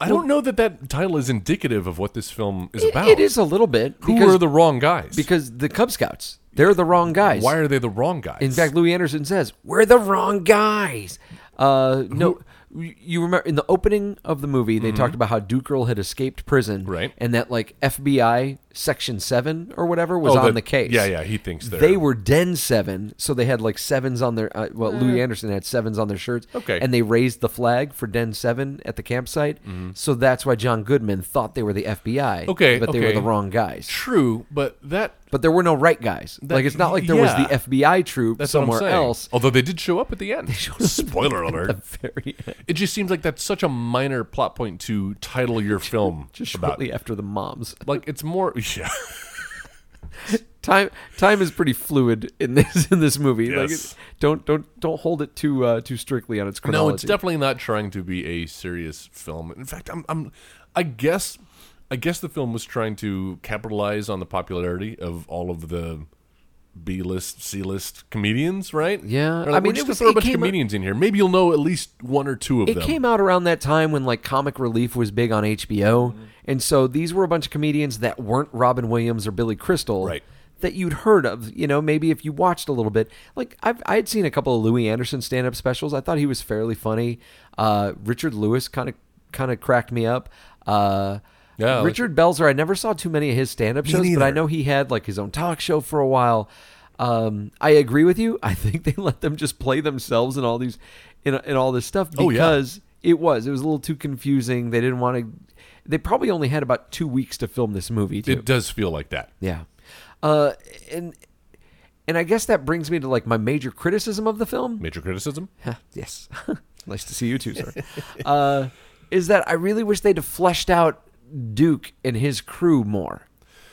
[SPEAKER 4] I don't know that that title is indicative of what this film is
[SPEAKER 3] It-
[SPEAKER 4] about.
[SPEAKER 3] It is a little bit.
[SPEAKER 4] Who
[SPEAKER 3] because,
[SPEAKER 4] are the wrong guys?
[SPEAKER 3] because the Cub Scouts? They're the wrong guys.
[SPEAKER 4] why are they the wrong guys?
[SPEAKER 3] In fact, Louis Anderson says we're the wrong guys. Uh, no, you- you remember in the opening of the movie they talked about how Duke Girl had escaped prison,
[SPEAKER 4] Mm-hmm. Right.
[SPEAKER 3] And that like FBI Section Seven or whatever was
[SPEAKER 4] Oh,
[SPEAKER 3] on
[SPEAKER 4] the-
[SPEAKER 3] the, case.
[SPEAKER 4] yeah, yeah, he thinks they're-
[SPEAKER 3] they were Den Seven, so they had like sevens on their. Uh, well, Louis Anderson had sevens on their shirts.
[SPEAKER 4] Okay.
[SPEAKER 3] and they raised the flag for Den Seven at the campsite, so that's why John Goodman thought they were the FBI.
[SPEAKER 4] Mm-hmm. Okay,
[SPEAKER 3] but they were
[SPEAKER 4] okay.
[SPEAKER 3] the wrong guys.
[SPEAKER 4] true, but that
[SPEAKER 3] But there were no right guys. like it's not like there
[SPEAKER 4] yeah.
[SPEAKER 3] was the FBI troop
[SPEAKER 4] that's what I'm
[SPEAKER 3] somewhere
[SPEAKER 4] saying.
[SPEAKER 3] else.
[SPEAKER 4] Although they did show up at the end. Spoiler alert!
[SPEAKER 3] Very
[SPEAKER 4] It just seems like that's such a minor plot point to title your film
[SPEAKER 3] just
[SPEAKER 4] about.
[SPEAKER 3] shortly after the moms.
[SPEAKER 4] Like it's more, yeah.
[SPEAKER 3] Time time is pretty fluid in this in this movie. Like
[SPEAKER 4] Yes.
[SPEAKER 3] it, don't don't don't hold it too uh, too strictly on its chronology.
[SPEAKER 4] No, it's definitely not trying to be a serious film. In fact, I'm, I'm, I guess, I guess the film was trying to capitalize on the popularity of all of the B-list, C-list comedians, right?
[SPEAKER 3] Yeah,
[SPEAKER 4] They're
[SPEAKER 3] I
[SPEAKER 4] like,
[SPEAKER 3] mean,
[SPEAKER 4] we're
[SPEAKER 3] it
[SPEAKER 4] just gonna
[SPEAKER 3] was-
[SPEAKER 4] throw a
[SPEAKER 3] it
[SPEAKER 4] bunch of
[SPEAKER 3] came out-
[SPEAKER 4] comedians in here. Maybe you'll know at least one or two of
[SPEAKER 3] It
[SPEAKER 4] them.
[SPEAKER 3] came out around that time when like comic relief was big on HBO,
[SPEAKER 4] Mm-hmm.
[SPEAKER 3] and so these were a bunch of comedians that weren't Robin Williams or Billy Crystal,
[SPEAKER 4] Right.
[SPEAKER 3] That you'd heard of, you know, maybe if you watched a little bit. Like I've, I had seen a couple of Louis Anderson stand-up specials. I thought he was fairly funny. Uh, Richard Lewis kind of kind of cracked me up. Uh,
[SPEAKER 4] Yeah, like-
[SPEAKER 3] Richard Belzer. I never saw too many of his stand-up shows, but I know he had like his own talk show for a while. Um, I agree with you. I think they let them just play themselves and all these, in, in all this stuff
[SPEAKER 4] Oh, yeah.
[SPEAKER 3] because it was it was a little too confusing. They didn't want to. They probably only had about two weeks to film this movie. Too.
[SPEAKER 4] It does feel like that.
[SPEAKER 3] yeah, uh, and and I guess that brings me to like my major criticism of the film.
[SPEAKER 4] Major criticism.
[SPEAKER 3] Huh, yes, nice to see you too, sir. uh, is that I really wish they'd have fleshed out Duke and his crew more.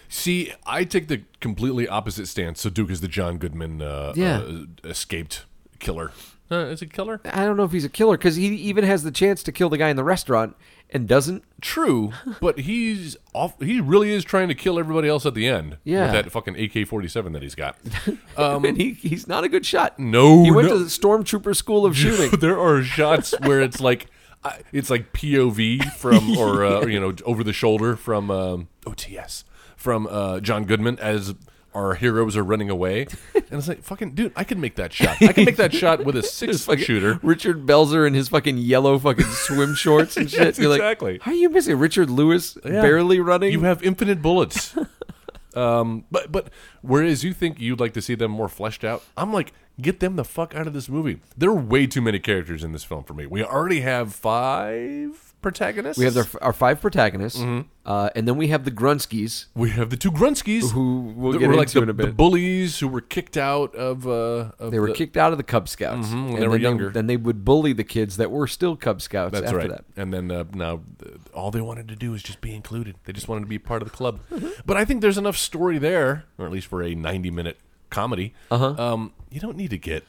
[SPEAKER 4] See, I take the completely opposite stance. So Duke is the John Goodman uh,
[SPEAKER 3] Yeah.
[SPEAKER 4] uh, escaped killer. Uh, is it killer?
[SPEAKER 3] I don't know if he's a killer because he even has the chance to kill the guy in the restaurant and doesn't.
[SPEAKER 4] True, but he's off. He really is trying to kill everybody else at the end.
[SPEAKER 3] Yeah.
[SPEAKER 4] with that fucking AK forty seven that he's got.
[SPEAKER 3] and he, he's not a good shot.
[SPEAKER 4] Um, No,
[SPEAKER 3] he went
[SPEAKER 4] no.
[SPEAKER 3] to the stormtrooper school of shooting.
[SPEAKER 4] there are shots where it's like, I- it's like POV from or uh, you know over the shoulder from um, OTS from uh, John Goodman as our heroes are running away, and it's like fucking dude, I can make that shot. I can make that shot with a six
[SPEAKER 3] fucking
[SPEAKER 4] shooter.
[SPEAKER 3] Richard Belzer in his fucking yellow fucking swim shorts and shit.
[SPEAKER 4] Yes,
[SPEAKER 3] You're like,
[SPEAKER 4] exactly.
[SPEAKER 3] how are you missing Richard Lewis barely running?
[SPEAKER 4] You have infinite bullets. um, but but whereas you think you'd like to see them more fleshed out, I'm like, get them the fuck out of this movie. There are way too many characters in this film for me. We already have five protagonists.
[SPEAKER 3] we have their, our five protagonists,
[SPEAKER 4] Mm-hmm.
[SPEAKER 3] uh, and then we have the Grunskys.
[SPEAKER 4] we have the two Grunskys
[SPEAKER 3] Who we'll
[SPEAKER 4] that
[SPEAKER 3] get
[SPEAKER 4] were like
[SPEAKER 3] into
[SPEAKER 4] the,
[SPEAKER 3] in a
[SPEAKER 4] the
[SPEAKER 3] bit.
[SPEAKER 4] bullies who were kicked out of. Uh, of
[SPEAKER 3] They were
[SPEAKER 4] the- Mm-hmm,
[SPEAKER 3] kicked out of the Cub Scouts
[SPEAKER 4] when
[SPEAKER 3] and
[SPEAKER 4] they were
[SPEAKER 3] then
[SPEAKER 4] younger.
[SPEAKER 3] then they would bully the kids that were still Cub Scouts
[SPEAKER 4] That's
[SPEAKER 3] after
[SPEAKER 4] right.
[SPEAKER 3] that.
[SPEAKER 4] And then uh, now, uh, all they wanted to do is just be included. They just wanted to be part of the club. but I think there's enough story there, or at least for a 90 minute comedy. Uh-huh. Um, you don't need to get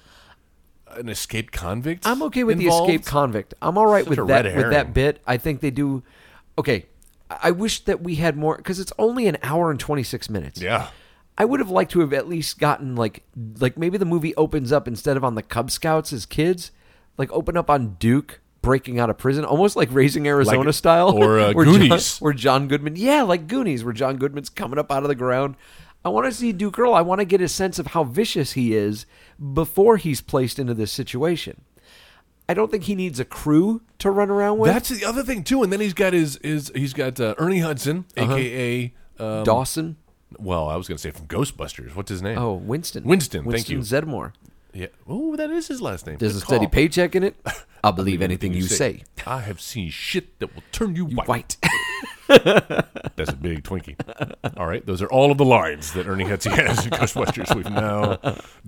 [SPEAKER 4] an escaped convict.
[SPEAKER 3] I'm okay with
[SPEAKER 4] involved.
[SPEAKER 3] the escaped convict. I'm all right
[SPEAKER 4] Such a
[SPEAKER 3] with that
[SPEAKER 4] red
[SPEAKER 3] with
[SPEAKER 4] herring.
[SPEAKER 3] that bit. I think they do. Okay, I I wish that we had more because it's only an hour and 26 minutes.
[SPEAKER 4] Yeah.
[SPEAKER 3] I would have liked to have at least gotten like like maybe the movie opens up instead of on the Cub Scouts as kids, like open up on Duke breaking out of prison, almost like Raising Arizona
[SPEAKER 4] Like-
[SPEAKER 3] style,
[SPEAKER 4] or, uh,
[SPEAKER 3] where John-
[SPEAKER 4] Goonies.
[SPEAKER 3] where John Goodman, yeah, like Goonies, where John Goodman's coming up out of the ground. I want to see Duke Earl. I want to get a sense of how vicious he is before he's placed into this situation. I don't think he needs a crew to run around with.
[SPEAKER 4] That's the other thing too. And then he's got his is he's got uh, Ernie Hudson,
[SPEAKER 3] Uh-huh.
[SPEAKER 4] aka um,
[SPEAKER 3] Dawson.
[SPEAKER 4] well, I was gonna say from Ghostbusters. What's his name?
[SPEAKER 3] Oh, Winston.
[SPEAKER 4] Winston,
[SPEAKER 3] Winston
[SPEAKER 4] thank you.
[SPEAKER 3] Zedmore.
[SPEAKER 4] yeah. Oh, that is his last name.
[SPEAKER 3] There's
[SPEAKER 4] Good
[SPEAKER 3] a steady
[SPEAKER 4] call.
[SPEAKER 3] paycheck in it. I believe anything you say.
[SPEAKER 4] I have seen shit that will turn you,
[SPEAKER 3] You
[SPEAKER 4] white.
[SPEAKER 3] white.
[SPEAKER 4] That's a big Twinkie. All right, those are all of the lines that Ernie Hetze has in Ghostbusters. We've now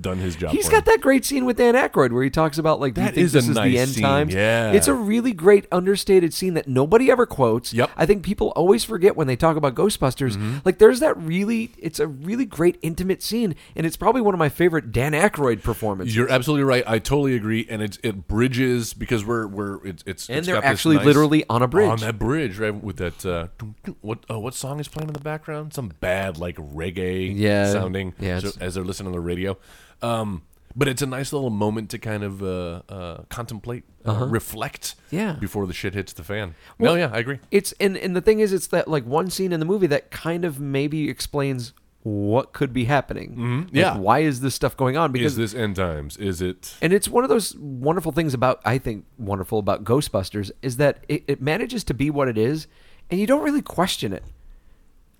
[SPEAKER 4] done his job.
[SPEAKER 3] He's
[SPEAKER 4] for him.
[SPEAKER 3] got that great scene with Dan Aykroyd where he talks about like, do you
[SPEAKER 4] That
[SPEAKER 3] think
[SPEAKER 4] is a
[SPEAKER 3] this is
[SPEAKER 4] nice
[SPEAKER 3] the end
[SPEAKER 4] scene,
[SPEAKER 3] times?
[SPEAKER 4] yeah.
[SPEAKER 3] it's a really great understated scene that nobody ever quotes.
[SPEAKER 4] Yep. Mm-hmm.
[SPEAKER 3] I think people always forget when they talk about Ghostbusters. Like, there's that really, it's a really great intimate scene, and it's probably one of my favorite Dan Aykroyd performances.
[SPEAKER 4] You're absolutely right. I totally agree, and it's it bridges because we're we're it's it's
[SPEAKER 3] and
[SPEAKER 4] it's
[SPEAKER 3] they're
[SPEAKER 4] got this
[SPEAKER 3] actually
[SPEAKER 4] nice-
[SPEAKER 3] literally on a bridge.
[SPEAKER 4] on that bridge right with that uh, doo- doo- what oh, what song is playing in the background? Some bad like reggae
[SPEAKER 3] Yeah.
[SPEAKER 4] sounding
[SPEAKER 3] Yeah,
[SPEAKER 4] so-
[SPEAKER 3] it's-
[SPEAKER 4] as they're listening to the radio. Um, but it's a nice little moment to kind of uh, uh, contemplate, uh, reflect,
[SPEAKER 3] Uh-huh. Yeah.
[SPEAKER 4] before the shit hits the fan. no, yeah, I agree.
[SPEAKER 3] It's and and the thing is, it's that like one scene in the movie that kind of maybe explains what could be happening. Like,
[SPEAKER 4] Mm-hmm. yeah.
[SPEAKER 3] why is this stuff going on? Because
[SPEAKER 4] Is this end times? Is it?
[SPEAKER 3] and it's one of those wonderful things about I think wonderful about Ghostbusters is that it, it manages to be what it is, and you don't really question it.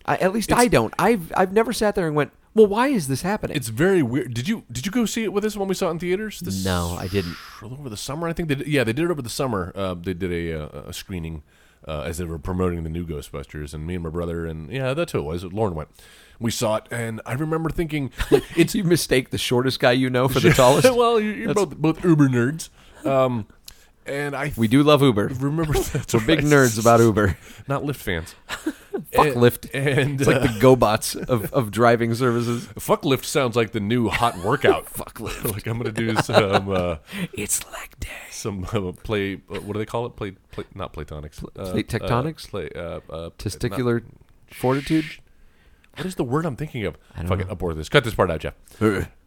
[SPEAKER 3] I, at least I don't. I've I've never sat there and went, well, why is this happening?
[SPEAKER 4] It's very weird. Did you did you go see it with us when we saw it in theaters? This
[SPEAKER 3] no, I didn't.
[SPEAKER 4] over the summer. I think they did, yeah they did it over the summer. Uh, they did a, uh, a screening uh, as they were promoting the new Ghostbusters, and me and my brother and yeah that's who it was. Lauren went. We saw it, and I remember thinking like, it's
[SPEAKER 3] You mistake the shortest guy you know for the tallest.
[SPEAKER 4] well you're, you're both both uber nerds, um, and I
[SPEAKER 3] we do love Uber.
[SPEAKER 4] remember that's
[SPEAKER 3] We're big nerds about Uber.
[SPEAKER 4] not Lyft fans.
[SPEAKER 3] Fuck
[SPEAKER 4] And-
[SPEAKER 3] Lyft.
[SPEAKER 4] and
[SPEAKER 3] It's like the GoBots of, of driving services.
[SPEAKER 4] Fuck lift sounds like the new hot workout. Fuck lift. like I'm gonna do some uh,
[SPEAKER 3] It's leg day.
[SPEAKER 4] some uh, play. Uh, what do they call it? Play, play not platonics. Uh,
[SPEAKER 3] plate tectonics?
[SPEAKER 4] Uh, play, uh, uh,
[SPEAKER 3] Testicular fortitude.
[SPEAKER 4] not- what is the word I'm thinking of?
[SPEAKER 3] don't
[SPEAKER 4] Fuck it.
[SPEAKER 3] know. Uh.
[SPEAKER 4] Abort this. Cut this part out, Jeff.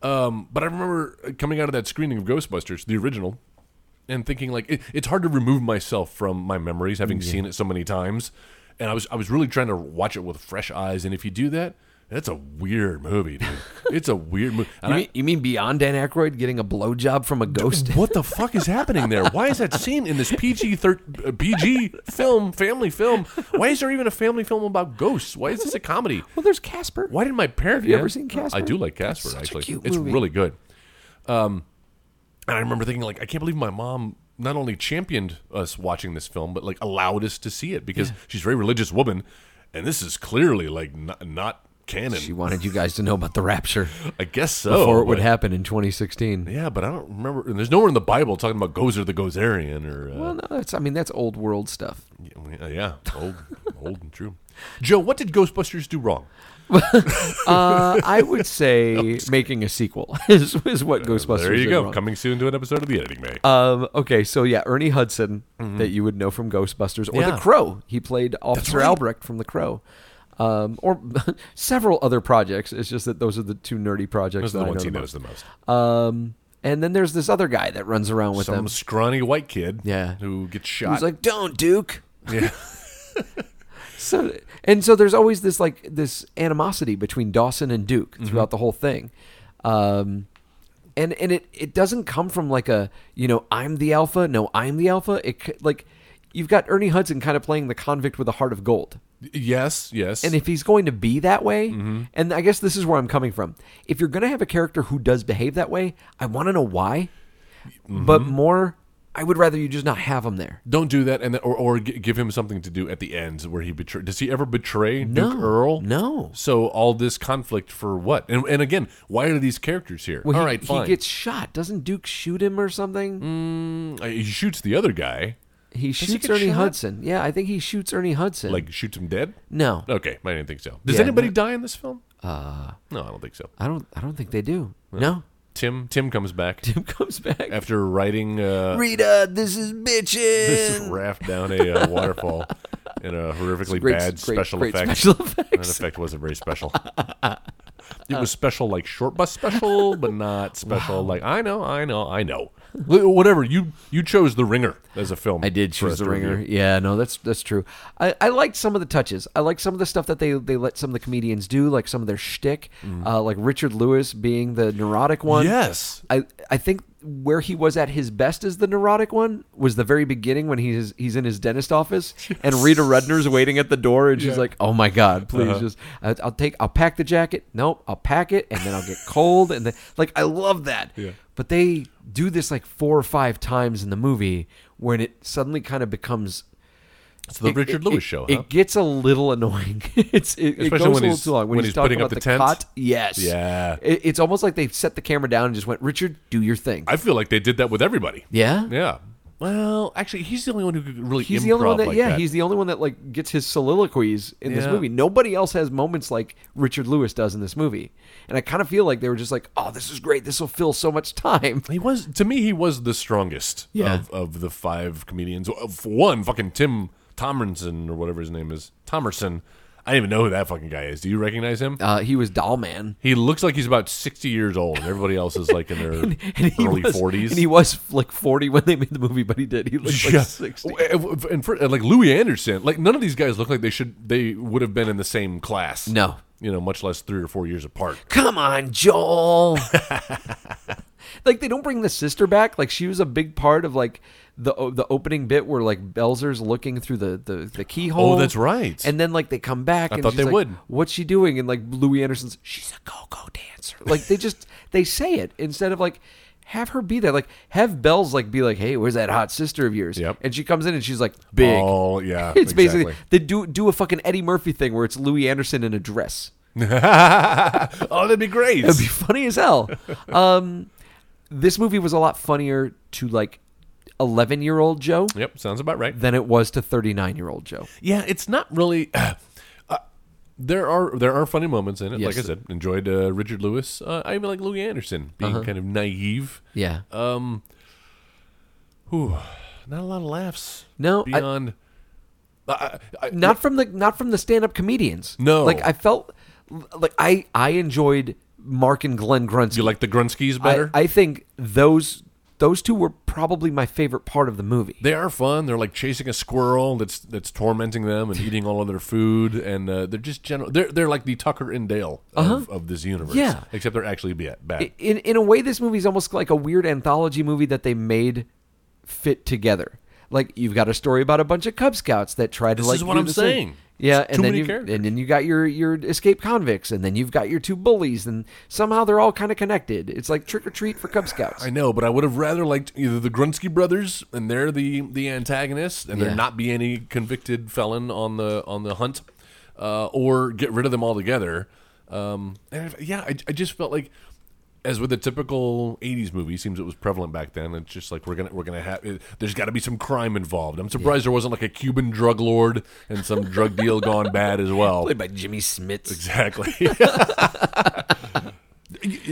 [SPEAKER 4] Um, but I remember coming out of that screening of Ghostbusters, the original, and thinking like it, it's hard to remove myself from my memories, having seen it so many times. And I was I was really trying to watch it with fresh eyes. And if you do that, that's a weird movie, dude. it's a weird movie.
[SPEAKER 3] You mean, you mean beyond Dan Aykroyd getting a blowjob from a ghost?
[SPEAKER 4] What the fuck is happening there? Why is that scene in this PG thir- uh, PG film, family film? Why is there even a family film about ghosts? Why is this a comedy?
[SPEAKER 3] Well, there's Casper.
[SPEAKER 4] Why did my parents?
[SPEAKER 3] Have you ever seen Casper?
[SPEAKER 4] I do like Casper.
[SPEAKER 3] such a
[SPEAKER 4] actually,
[SPEAKER 3] cute
[SPEAKER 4] it's
[SPEAKER 3] movie.
[SPEAKER 4] really good. Um, and I remember thinking like, I can't believe my mom not only championed us watching this film, but like allowed us to see it because she's a very religious woman, and this is clearly like not, not canon.
[SPEAKER 3] She wanted you guys to know about the rapture
[SPEAKER 4] I guess so.
[SPEAKER 3] before it would
[SPEAKER 4] but-
[SPEAKER 3] happen in 2016.
[SPEAKER 4] Oh, Yeah, but I don't remember. And there's nowhere in the Bible talking about Gozer the Gozerian or uh,
[SPEAKER 3] Well, no, that's I mean that's old world stuff.
[SPEAKER 4] Yeah, yeah, old, old and true. Joe, what did Ghostbusters do wrong?
[SPEAKER 3] Uh, I would say making a sequel is, is what Ghostbusters.
[SPEAKER 4] Uh, there you
[SPEAKER 3] did
[SPEAKER 4] go.
[SPEAKER 3] wrong.
[SPEAKER 4] Coming soon to an episode of the Editing Bay.
[SPEAKER 3] Um, okay, so yeah, Ernie Hudson that you would know from Ghostbusters or
[SPEAKER 4] Mm-hmm. Yeah.
[SPEAKER 3] The Crow. He played Officer
[SPEAKER 4] right.
[SPEAKER 3] Albrecht from The Crow. Um, or several other projects. It's just that those are the two nerdy projects
[SPEAKER 4] Those are
[SPEAKER 3] that
[SPEAKER 4] the
[SPEAKER 3] I
[SPEAKER 4] ones
[SPEAKER 3] know
[SPEAKER 4] he
[SPEAKER 3] the
[SPEAKER 4] knows the most.
[SPEAKER 3] most. Um, and then there's this other guy that runs around with
[SPEAKER 4] Some
[SPEAKER 3] them.
[SPEAKER 4] scrawny white kid.
[SPEAKER 3] Yeah.
[SPEAKER 4] who gets shot.
[SPEAKER 3] He's like, "Don't, Duke."
[SPEAKER 4] Yeah.
[SPEAKER 3] so and so there's always this like this animosity between Dawson and Duke
[SPEAKER 4] Mm-hmm.
[SPEAKER 3] throughout the whole thing. Um and and it it doesn't come from like a, you know, I'm the alpha, no, I'm the alpha. It c- like you've got Ernie Hudson kind of playing the convict with a heart of gold.
[SPEAKER 4] yes, yes.
[SPEAKER 3] And if he's going to be that way,
[SPEAKER 4] Mm-hmm.
[SPEAKER 3] and I guess this is where I'm coming from. If you're going to have a character who does behave that way, I want to know why. But
[SPEAKER 4] Mm-hmm.
[SPEAKER 3] more, I would rather you just not have him there.
[SPEAKER 4] don't do that, and then, or or gi- give him something to do at the end where he betray. Does he ever betray Duke
[SPEAKER 3] No,
[SPEAKER 4] Earl?
[SPEAKER 3] no.
[SPEAKER 4] So all this conflict for what? And and again, why are these characters here?
[SPEAKER 3] Well,
[SPEAKER 4] all
[SPEAKER 3] he,
[SPEAKER 4] right,
[SPEAKER 3] he
[SPEAKER 4] fine.
[SPEAKER 3] gets shot. Doesn't Duke shoot him or something?
[SPEAKER 4] Uh, he shoots the other guy.
[SPEAKER 3] He
[SPEAKER 4] he
[SPEAKER 3] shoots
[SPEAKER 4] get
[SPEAKER 3] Ernie
[SPEAKER 4] shot?
[SPEAKER 3] Hudson. Yeah, I think he shoots Ernie Hudson.
[SPEAKER 4] Like shoots him dead.
[SPEAKER 3] no,
[SPEAKER 4] Okay, I didn't think so. Does
[SPEAKER 3] Yeah,
[SPEAKER 4] anybody
[SPEAKER 3] no-
[SPEAKER 4] die in this film? Uh, no, I don't think so.
[SPEAKER 3] I don't. I don't think they do. No,
[SPEAKER 4] Tim Tim comes back
[SPEAKER 3] Tim comes back.
[SPEAKER 4] after riding uh,
[SPEAKER 3] Rita, this is
[SPEAKER 4] this
[SPEAKER 3] bitchin'.
[SPEAKER 4] raft down a uh, waterfall in a horrifically
[SPEAKER 3] Great-
[SPEAKER 4] bad
[SPEAKER 3] great-
[SPEAKER 4] special
[SPEAKER 3] great
[SPEAKER 4] effect.
[SPEAKER 3] special effects.
[SPEAKER 4] That effect wasn't very special. it was special like short bus special, but not special like I know, I know, I know. Wh- Whatever you you chose The Ringer as a film.
[SPEAKER 3] I did
[SPEAKER 4] for
[SPEAKER 3] choose
[SPEAKER 4] us
[SPEAKER 3] the
[SPEAKER 4] to
[SPEAKER 3] ringer.
[SPEAKER 4] review.
[SPEAKER 3] Yeah, no, that's that's true. I, I liked some of the touches. I like some of the stuff that they, they let some of the comedians do, like some of their shtick,
[SPEAKER 4] Mm.
[SPEAKER 3] uh, like Richard Lewis being the neurotic one.
[SPEAKER 4] Yes.
[SPEAKER 3] I I think where he was at his best as the neurotic one was the very beginning when he's he's in his dentist office and Rita Rudner's waiting at the door and she's like, "Oh my god, please just I, I'll take I'll pack the jacket. Nope, I'll pack it and then I'll get cold and then like I love that.
[SPEAKER 4] Yeah.
[SPEAKER 3] But they do this like four or five times in the movie when it suddenly kind of becomes
[SPEAKER 4] It's the
[SPEAKER 3] It-
[SPEAKER 4] Richard
[SPEAKER 3] it-
[SPEAKER 4] Lewis
[SPEAKER 3] it-
[SPEAKER 4] show,
[SPEAKER 3] It
[SPEAKER 4] huh?
[SPEAKER 3] gets a little annoying. it's it, it
[SPEAKER 4] Especially
[SPEAKER 3] goes a
[SPEAKER 4] when
[SPEAKER 3] little
[SPEAKER 4] he's-
[SPEAKER 3] too long
[SPEAKER 4] when he's
[SPEAKER 3] talking
[SPEAKER 4] putting up
[SPEAKER 3] about
[SPEAKER 4] the tent?
[SPEAKER 3] cot. Yes,
[SPEAKER 4] Yeah.
[SPEAKER 3] It, it's almost like they set the camera down and just went, "Richard, do your thing."
[SPEAKER 4] I feel like they did that with everybody.
[SPEAKER 3] yeah,
[SPEAKER 4] Yeah. Well, actually, he's the only one who could really
[SPEAKER 3] He's
[SPEAKER 4] improv
[SPEAKER 3] the only one that
[SPEAKER 4] like
[SPEAKER 3] yeah,
[SPEAKER 4] that.
[SPEAKER 3] he's the only one that like gets his soliloquies in this
[SPEAKER 4] Yeah.
[SPEAKER 3] movie. Nobody else has moments like Richard Lewis does in this movie. And I kind of feel like they were just like, "Oh, this is great. This will fill so much time."
[SPEAKER 4] He was to me. He was the strongest
[SPEAKER 3] Yeah.
[SPEAKER 4] of, of the five comedians. Of one fucking Tim Tomlinson or whatever his name is, Tomerson. I don't even know who that fucking guy is. Do you recognize him?
[SPEAKER 3] Uh, he was doll man.
[SPEAKER 4] he looks like he's about sixty years old, and everybody else is like in their
[SPEAKER 3] And he
[SPEAKER 4] early
[SPEAKER 3] was-
[SPEAKER 4] forties.
[SPEAKER 3] And he was like 40 when they made the movie, but he did. He looked like
[SPEAKER 4] Yeah.
[SPEAKER 3] 60.
[SPEAKER 4] And- and for- and, like Louis Anderson, like none of these guys look like they should. They would have been in the same class.
[SPEAKER 3] No.
[SPEAKER 4] you know, much less three or four years apart.
[SPEAKER 3] Come on, Joel. like they don't bring the sister back. Like she was a big part of like the o- the opening bit where like Belzer's looking through the the, the keyhole.
[SPEAKER 4] Oh, that's right.
[SPEAKER 3] And then like they come back.
[SPEAKER 4] I
[SPEAKER 3] and
[SPEAKER 4] thought
[SPEAKER 3] she's
[SPEAKER 4] they
[SPEAKER 3] like,
[SPEAKER 4] would.
[SPEAKER 3] What's she doing? And like Louis Anderson's, she's a go go dancer. Like they just they say it instead of like. Have her be there, like have Bells like be like, "Hey, where's that hot sister of yours?"
[SPEAKER 4] Yep.
[SPEAKER 3] And she comes in and she's like, "Big."
[SPEAKER 4] Oh, yeah,
[SPEAKER 3] it's basically
[SPEAKER 4] exactly.
[SPEAKER 3] they do do a fucking Eddie Murphy thing where it's Louis Anderson in a dress.
[SPEAKER 4] oh, that'd be great.
[SPEAKER 3] It'd be funny as hell. Um, this movie was a lot funnier to like eleven year old Joe
[SPEAKER 4] yep, sounds about right.
[SPEAKER 3] than it was to thirty nine year old Joe.
[SPEAKER 4] Yeah, it's not really. Uh, there are there are funny moments in it.
[SPEAKER 3] Yes.
[SPEAKER 4] Like I said, enjoyed uh, Richard Lewis. Uh, I even like Louis Anderson being kind of naive.
[SPEAKER 3] Uh-huh. Yeah.
[SPEAKER 4] Um, whew, not a lot of laughs.
[SPEAKER 3] No, I-
[SPEAKER 4] beyond. I, I, I-
[SPEAKER 3] not from the not from the stand up comedians.
[SPEAKER 4] No.
[SPEAKER 3] like I felt like I I enjoyed Mark and Glenn Grunsky.
[SPEAKER 4] you like the Grunskys better?
[SPEAKER 3] I, I think those those two were probably my favorite part of the movie.
[SPEAKER 4] they are fun. They're like chasing a squirrel that's that's tormenting them and eating all of their food, and uh, they're just general. They're they're like the Tucker and Dale of, of this universe.
[SPEAKER 3] Uh-huh. Yeah.
[SPEAKER 4] except they're actually be- bad.
[SPEAKER 3] in in a way this movie's almost like a weird anthology movie that they made fit together like you've got a story about a bunch of cub scouts that tried to
[SPEAKER 4] This
[SPEAKER 3] like
[SPEAKER 4] is what
[SPEAKER 3] do
[SPEAKER 4] I'm
[SPEAKER 3] the same-
[SPEAKER 4] saying.
[SPEAKER 3] yeah
[SPEAKER 4] It's
[SPEAKER 3] and
[SPEAKER 4] too
[SPEAKER 3] then
[SPEAKER 4] many
[SPEAKER 3] you
[SPEAKER 4] characters.
[SPEAKER 3] and then you got your your escaped convicts and then you've got your two bullies and somehow they're all kind of connected it's like trick or treat for cub scouts
[SPEAKER 4] I know, but I would have rather liked either the Grunsky brothers, and they're the the antagonists, and
[SPEAKER 3] Yeah.
[SPEAKER 4] there not be any convicted felon on the on the hunt, uh, or get rid of them altogether. Um, and I- yeah, I, I just felt like, as with a typical '80s movie, seems it was prevalent back then. It's just like we're gonna we're gonna have it, there's got to be some crime involved. I'm surprised there wasn't like a Cuban drug lord and some drug deal gone bad as well.
[SPEAKER 3] played by jimmy smits
[SPEAKER 4] Exactly.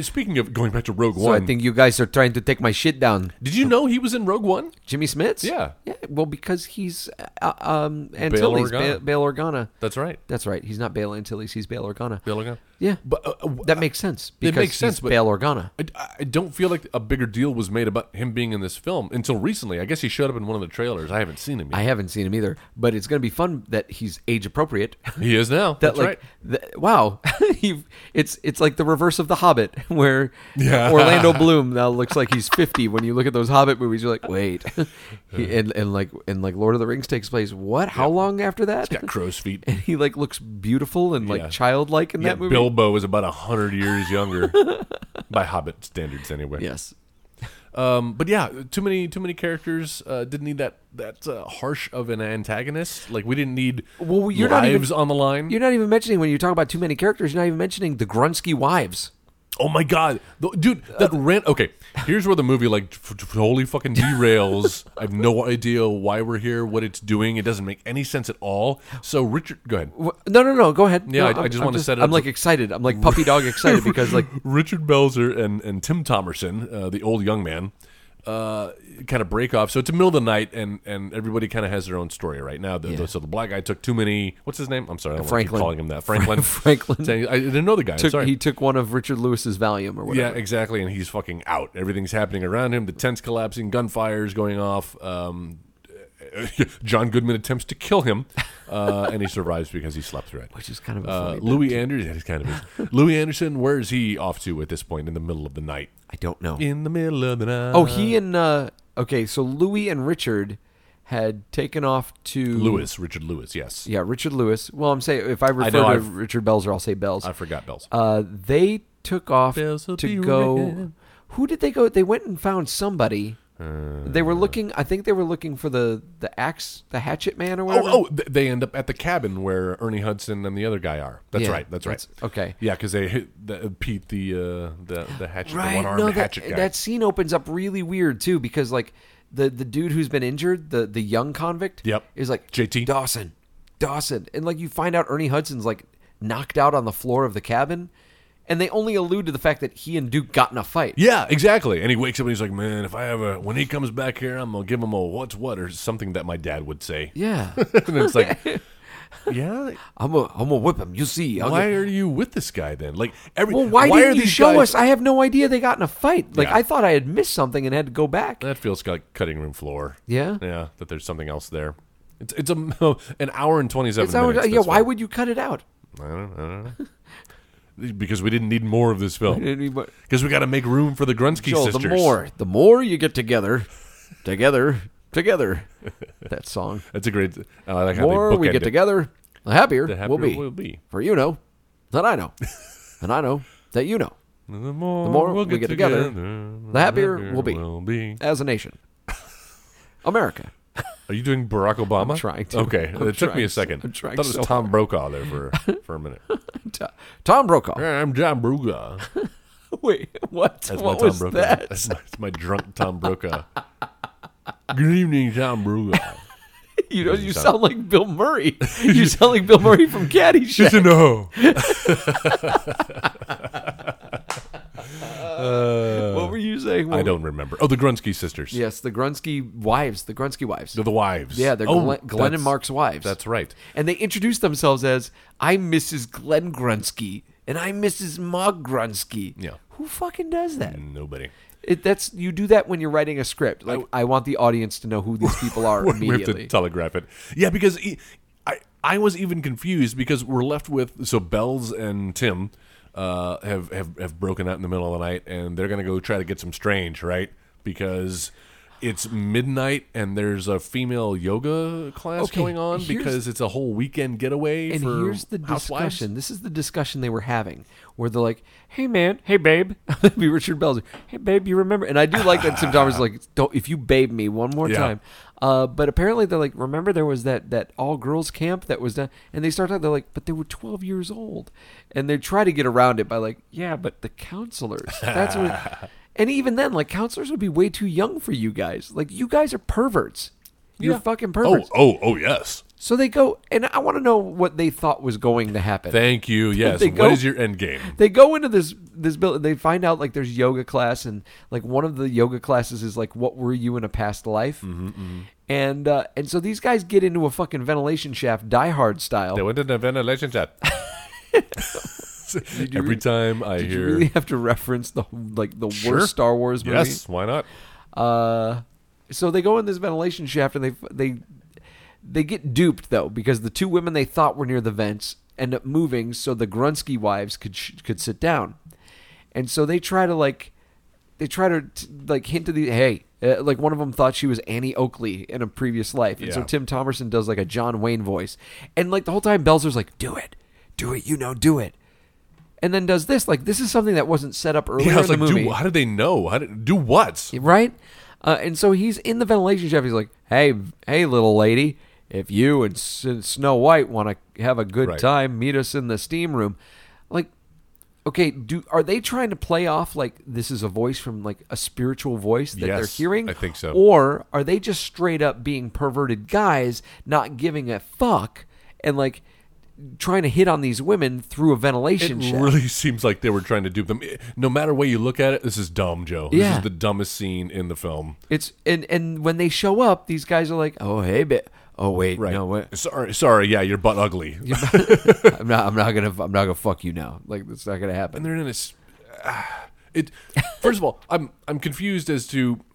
[SPEAKER 4] Speaking of going back to Rogue
[SPEAKER 3] so
[SPEAKER 4] One,
[SPEAKER 3] i think you guys are trying to take my shit down
[SPEAKER 4] did you know he was in Rogue One?
[SPEAKER 3] jimmy smits
[SPEAKER 4] Yeah.
[SPEAKER 3] yeah well because he's uh, um antilles
[SPEAKER 4] Organa.
[SPEAKER 3] bail, bail organa
[SPEAKER 4] That's right.
[SPEAKER 3] that's right he's not bail antilles he's bail organa
[SPEAKER 4] Bill O'Connor.
[SPEAKER 3] Yeah,
[SPEAKER 4] But, uh, w-
[SPEAKER 3] that makes sense
[SPEAKER 4] it
[SPEAKER 3] because
[SPEAKER 4] makes
[SPEAKER 3] he's
[SPEAKER 4] sense, but-
[SPEAKER 3] Bail Organa.
[SPEAKER 4] I, I don't feel like a bigger deal was made about him being in this film until recently. I guess he showed up in one of the trailers. I haven't seen him yet.
[SPEAKER 3] I haven't seen him either, but it's going to be fun that he's age appropriate.
[SPEAKER 4] he is now.
[SPEAKER 3] That
[SPEAKER 4] That's
[SPEAKER 3] like,
[SPEAKER 4] right.
[SPEAKER 3] th- wow, You've- it's it's like the reverse of The Hobbit, where
[SPEAKER 4] Yeah.
[SPEAKER 3] Orlando Bloom now looks like he's fifty. When you look at those Hobbit movies, you're like, wait, He- and and like and like Lord of the Rings takes place what? How long after that?
[SPEAKER 4] Got crow's feet.
[SPEAKER 3] and he like looks beautiful and like
[SPEAKER 4] Yeah.
[SPEAKER 3] childlike in
[SPEAKER 4] Yeah,
[SPEAKER 3] that movie.
[SPEAKER 4] Bilbo is about a hundred years younger by Hobbit standards, anyway.
[SPEAKER 3] Yes,
[SPEAKER 4] Um, but yeah, too many too many characters. Uh, didn't need that that uh, harsh of an antagonist. Like we didn't need
[SPEAKER 3] Well, you're not even-
[SPEAKER 4] lives on the line.
[SPEAKER 3] you're not even mentioning when you talk about too many characters. You're not even mentioning the Grunsky wives.
[SPEAKER 4] Oh my god, The- dude,
[SPEAKER 3] Uh,
[SPEAKER 4] that rant. Okay, here's where the movie like t- t- totally fucking derails. I have no idea why we're here, what it's doing. It doesn't make any sense at all. So Richard, go ahead.
[SPEAKER 3] Wha- No, no, no. Go ahead.
[SPEAKER 4] Yeah,
[SPEAKER 3] No,
[SPEAKER 4] I- I
[SPEAKER 3] I'm-
[SPEAKER 4] just
[SPEAKER 3] I'm
[SPEAKER 4] wanna set it up
[SPEAKER 3] I'm like
[SPEAKER 4] for-
[SPEAKER 3] excited. I'm like puppy dog excited because like
[SPEAKER 4] Richard Belzer and, and Tim Thomerson, uh, the old young man, uh, kind of break off. So it's the middle of the night, and, and everybody kind of has their own story right now. The, the- so the black guy took too many. What's his name? I'm sorry, I don't wanna keep
[SPEAKER 3] Franklin.
[SPEAKER 4] calling him that. Franklin.
[SPEAKER 3] Franklin.
[SPEAKER 4] Saying- I didn't know the guy. I'm
[SPEAKER 3] took,
[SPEAKER 4] sorry.
[SPEAKER 3] he took one of Richard Lewis's Valium or
[SPEAKER 4] Yeah,
[SPEAKER 3] whatever.
[SPEAKER 4] exactly. And he's fucking out. Everything's happening around him. The tent's collapsing. Gunfire's going off. Um, John Goodman attempts to kill him, uh, and he survives because he slept through it.
[SPEAKER 3] Which is kind of a
[SPEAKER 4] Uh,
[SPEAKER 3] funny bit.
[SPEAKER 4] Louis Anderson. That is kind of is. Louis Anderson. Where is he off to at this point in the middle of the night?
[SPEAKER 3] I don't know.
[SPEAKER 4] In the middle of the night.
[SPEAKER 3] oh, he and uh okay, so Louis and Richard had taken off to
[SPEAKER 4] Lewis, Richard Lewis. Yes,
[SPEAKER 3] Yeah, Richard Lewis. Well, I'm saying if I refer
[SPEAKER 4] know
[SPEAKER 3] to
[SPEAKER 4] I've-
[SPEAKER 3] Richard Belzer, I'll say Bells.
[SPEAKER 4] I forgot Bells.
[SPEAKER 3] Uh, they took off
[SPEAKER 4] Bells will
[SPEAKER 3] to
[SPEAKER 4] be
[SPEAKER 3] go.
[SPEAKER 4] ringing.
[SPEAKER 3] Who did they go? They went and found somebody. They
[SPEAKER 4] Uh.
[SPEAKER 3] were looking. I think they were looking for the the axe, the hatchet man, or whatever.
[SPEAKER 4] Oh, oh, th- they end up at the cabin where Ernie Hudson and the other guy are. That's
[SPEAKER 3] Yeah,
[SPEAKER 4] right. That's right.
[SPEAKER 3] that's- okay.
[SPEAKER 4] Yeah, because they hit the, Pete the uh, the the hatchet, the
[SPEAKER 3] right.
[SPEAKER 4] one armed
[SPEAKER 3] no, that
[SPEAKER 4] hatchet guy.
[SPEAKER 3] that scene opens up really weird too because like the the dude who's been injured, the the young convict,
[SPEAKER 4] Yep.
[SPEAKER 3] is like
[SPEAKER 4] JT.
[SPEAKER 3] Dawson, Dawson, and like you find out Ernie Hudson's like knocked out on the floor of the cabin, and they only allude to the fact that he and Duke got in a fight.
[SPEAKER 4] Yeah, exactly. And he wakes up and he's like, "Man, if I ever when he comes back here, I'm gonna give him a what's what or something that my dad would say."
[SPEAKER 3] Yeah,
[SPEAKER 4] and it's like, yeah.
[SPEAKER 3] I'm a I'm a whip him. You see, I'll
[SPEAKER 4] Why
[SPEAKER 3] get-
[SPEAKER 4] are you with this guy then? Like every
[SPEAKER 3] Well, why,
[SPEAKER 4] are
[SPEAKER 3] didn't you
[SPEAKER 4] these
[SPEAKER 3] show
[SPEAKER 4] guys-
[SPEAKER 3] us? I have no idea they got in a fight. Like
[SPEAKER 4] Yeah.
[SPEAKER 3] I thought I had missed something and had to go back.
[SPEAKER 4] That feels like cutting room floor.
[SPEAKER 3] Yeah?
[SPEAKER 4] yeah. That there's something else there. It's it's a an hour and twenty seven
[SPEAKER 3] It's our-
[SPEAKER 4] minutes.
[SPEAKER 3] yeah,
[SPEAKER 4] that's
[SPEAKER 3] why
[SPEAKER 4] fine.
[SPEAKER 3] would you cut it out?
[SPEAKER 4] I don't, I don't know. because we didn't need more of this film.
[SPEAKER 3] Joel,
[SPEAKER 4] Because we got to make room for the Grunsky sisters.
[SPEAKER 3] the more the more you get together, together, together. That song.
[SPEAKER 4] That's a great. I like
[SPEAKER 3] The
[SPEAKER 4] how they
[SPEAKER 3] more we
[SPEAKER 4] bookend
[SPEAKER 3] get
[SPEAKER 4] it.
[SPEAKER 3] together, the happier,
[SPEAKER 4] The happier
[SPEAKER 3] we'll be.
[SPEAKER 4] we'll be.
[SPEAKER 3] For you know that I know, and I know that you know.
[SPEAKER 4] The more,
[SPEAKER 3] more
[SPEAKER 4] we'll
[SPEAKER 3] we get together, the happier we'll be. As a nation, America.
[SPEAKER 4] Are you doing Barack Obama?
[SPEAKER 3] I'm trying to.
[SPEAKER 4] Okay,
[SPEAKER 3] I'm
[SPEAKER 4] it took
[SPEAKER 3] trying
[SPEAKER 4] me a
[SPEAKER 3] so-
[SPEAKER 4] 2nd
[SPEAKER 3] I'm trying
[SPEAKER 4] thought it
[SPEAKER 3] so
[SPEAKER 4] was Tom Brokaw there for for a minute.
[SPEAKER 3] T- Tom Brokaw.
[SPEAKER 4] Yeah, I'm John Brokaw.
[SPEAKER 3] Wait, what?
[SPEAKER 4] That's
[SPEAKER 3] what
[SPEAKER 4] my Tom
[SPEAKER 3] was
[SPEAKER 4] Brokaw.
[SPEAKER 3] that?
[SPEAKER 4] That's my, that's my drunk Tom Brokaw. Good evening, Tom Brokaw.
[SPEAKER 3] You know, you
[SPEAKER 4] sound-
[SPEAKER 3] sound like Bill Murray. You sound like Bill Murray from Caddyshack.
[SPEAKER 4] no.
[SPEAKER 3] what were you saying?
[SPEAKER 4] I don't remember. Oh, the Grunsky sisters.
[SPEAKER 3] Yes, the Grunsky wives. The Grunsky wives.
[SPEAKER 4] They're the wives.
[SPEAKER 3] yeah, they're
[SPEAKER 4] oh,
[SPEAKER 3] Glenn, Glenn and
[SPEAKER 4] that's-
[SPEAKER 3] Mark's wives.
[SPEAKER 4] That's right.
[SPEAKER 3] And they introduce themselves as, I'm Mrs. Glenn Grunsky, and I'm Mrs. Mog Grunsky.
[SPEAKER 4] Yeah. Mm.
[SPEAKER 3] Who fucking does that?
[SPEAKER 4] Nobody.
[SPEAKER 3] It, that's You do that when you're writing a script. Like, I, want the audience to know who these people are
[SPEAKER 4] we have
[SPEAKER 3] immediately.
[SPEAKER 4] to telegraph it. Yeah, because e- I I was even confused because we're left with so Bells and Tim uh, have have have broken out in the middle of the night and they're gonna go try to get some strange right because. It's midnight and there's a female yoga class
[SPEAKER 3] Okay,
[SPEAKER 4] going on
[SPEAKER 3] here's-
[SPEAKER 4] because it's a whole weekend getaway
[SPEAKER 3] and
[SPEAKER 4] for
[SPEAKER 3] here's the
[SPEAKER 4] housewives.
[SPEAKER 3] discussion. This is the discussion they were having, where they're like, "Hey man, hey babe," that'd be Richard Bell's. Hey babe, you remember? And I do like that Tim Thomas is like, "Don't if you babe me one more
[SPEAKER 4] Yeah.
[SPEAKER 3] time." Uh, but apparently they're like, "Remember there was that that all girls camp that was done," and they start out. They're like, "But they were 12 years old," and they try to get around it by like, "Yeah, but the counselors." That's what. And even then, like counselors would be way too young for you guys. Like you guys are perverts. You're fucking
[SPEAKER 4] Oh,
[SPEAKER 3] perverts.
[SPEAKER 4] oh, oh, yes.
[SPEAKER 3] So they go, and I want to know what they thought was going to happen.
[SPEAKER 4] Thank you. Yes.
[SPEAKER 3] They
[SPEAKER 4] What is
[SPEAKER 3] go-
[SPEAKER 4] your end game?
[SPEAKER 3] they go into this this building. They find out like there's yoga class, and like one of the yoga classes is like, "What were you in a past life?"
[SPEAKER 4] Mm-hmm,
[SPEAKER 3] And uh, and so these guys get into a fucking ventilation shaft, Die Hard style.
[SPEAKER 4] They went into a ventilation shaft. Every time I
[SPEAKER 3] Did you
[SPEAKER 4] hear
[SPEAKER 3] really have to reference the like the
[SPEAKER 4] Sure.
[SPEAKER 3] worst Star Wars movie?
[SPEAKER 4] Yes, why not?
[SPEAKER 3] Uh, so they go in this ventilation shaft and they they they get duped though because the two women they thought were near the vents end up moving so the Grunsky wives could sh- could sit down, and so they try to like they try to t- like hint to the hey. Uh, like one of them thought she was Annie Oakley in a previous life, and so
[SPEAKER 4] Yeah.
[SPEAKER 3] Tim Thomerson does like a John Wayne voice, and like the whole time Belzer's like, "Do it, do it, you know, do it," and then does this like this is something that wasn't set up earlier
[SPEAKER 4] Yeah, I was
[SPEAKER 3] in
[SPEAKER 4] like,
[SPEAKER 3] the movie
[SPEAKER 4] do, how did they know? How did, do what?
[SPEAKER 3] right? Uh, and so he's in the ventilation shaft. He's like, "Hey, hey, little lady, if you and S- Snow White want to have a good
[SPEAKER 4] Right.
[SPEAKER 3] time, meet us in the steam room." Like, okay, do are they trying to play off like this is a voice from like a spiritual voice that they're
[SPEAKER 4] Yes,
[SPEAKER 3] hearing?
[SPEAKER 4] I think so.
[SPEAKER 3] Or are they just straight up being perverted guys, not giving a fuck, and like trying to hit on these women through a ventilation
[SPEAKER 4] It
[SPEAKER 3] shaft?
[SPEAKER 4] really seems like they were trying to dupe them. No matter way you look at it, this is dumb, Joe. This
[SPEAKER 3] Yeah.
[SPEAKER 4] is the dumbest scene in the film.
[SPEAKER 3] It's and and when they show up, these guys are like, "Oh hey, ba- oh wait,
[SPEAKER 4] Right.
[SPEAKER 3] no wait."
[SPEAKER 4] Sorry, sorry. Yeah, your butt ugly.
[SPEAKER 3] I'm not. I'm not gonna. I'm not gonna fuck you now. Like that's not gonna happen.
[SPEAKER 4] And they're in this. ah, it. First of all, I'm I'm confused as to.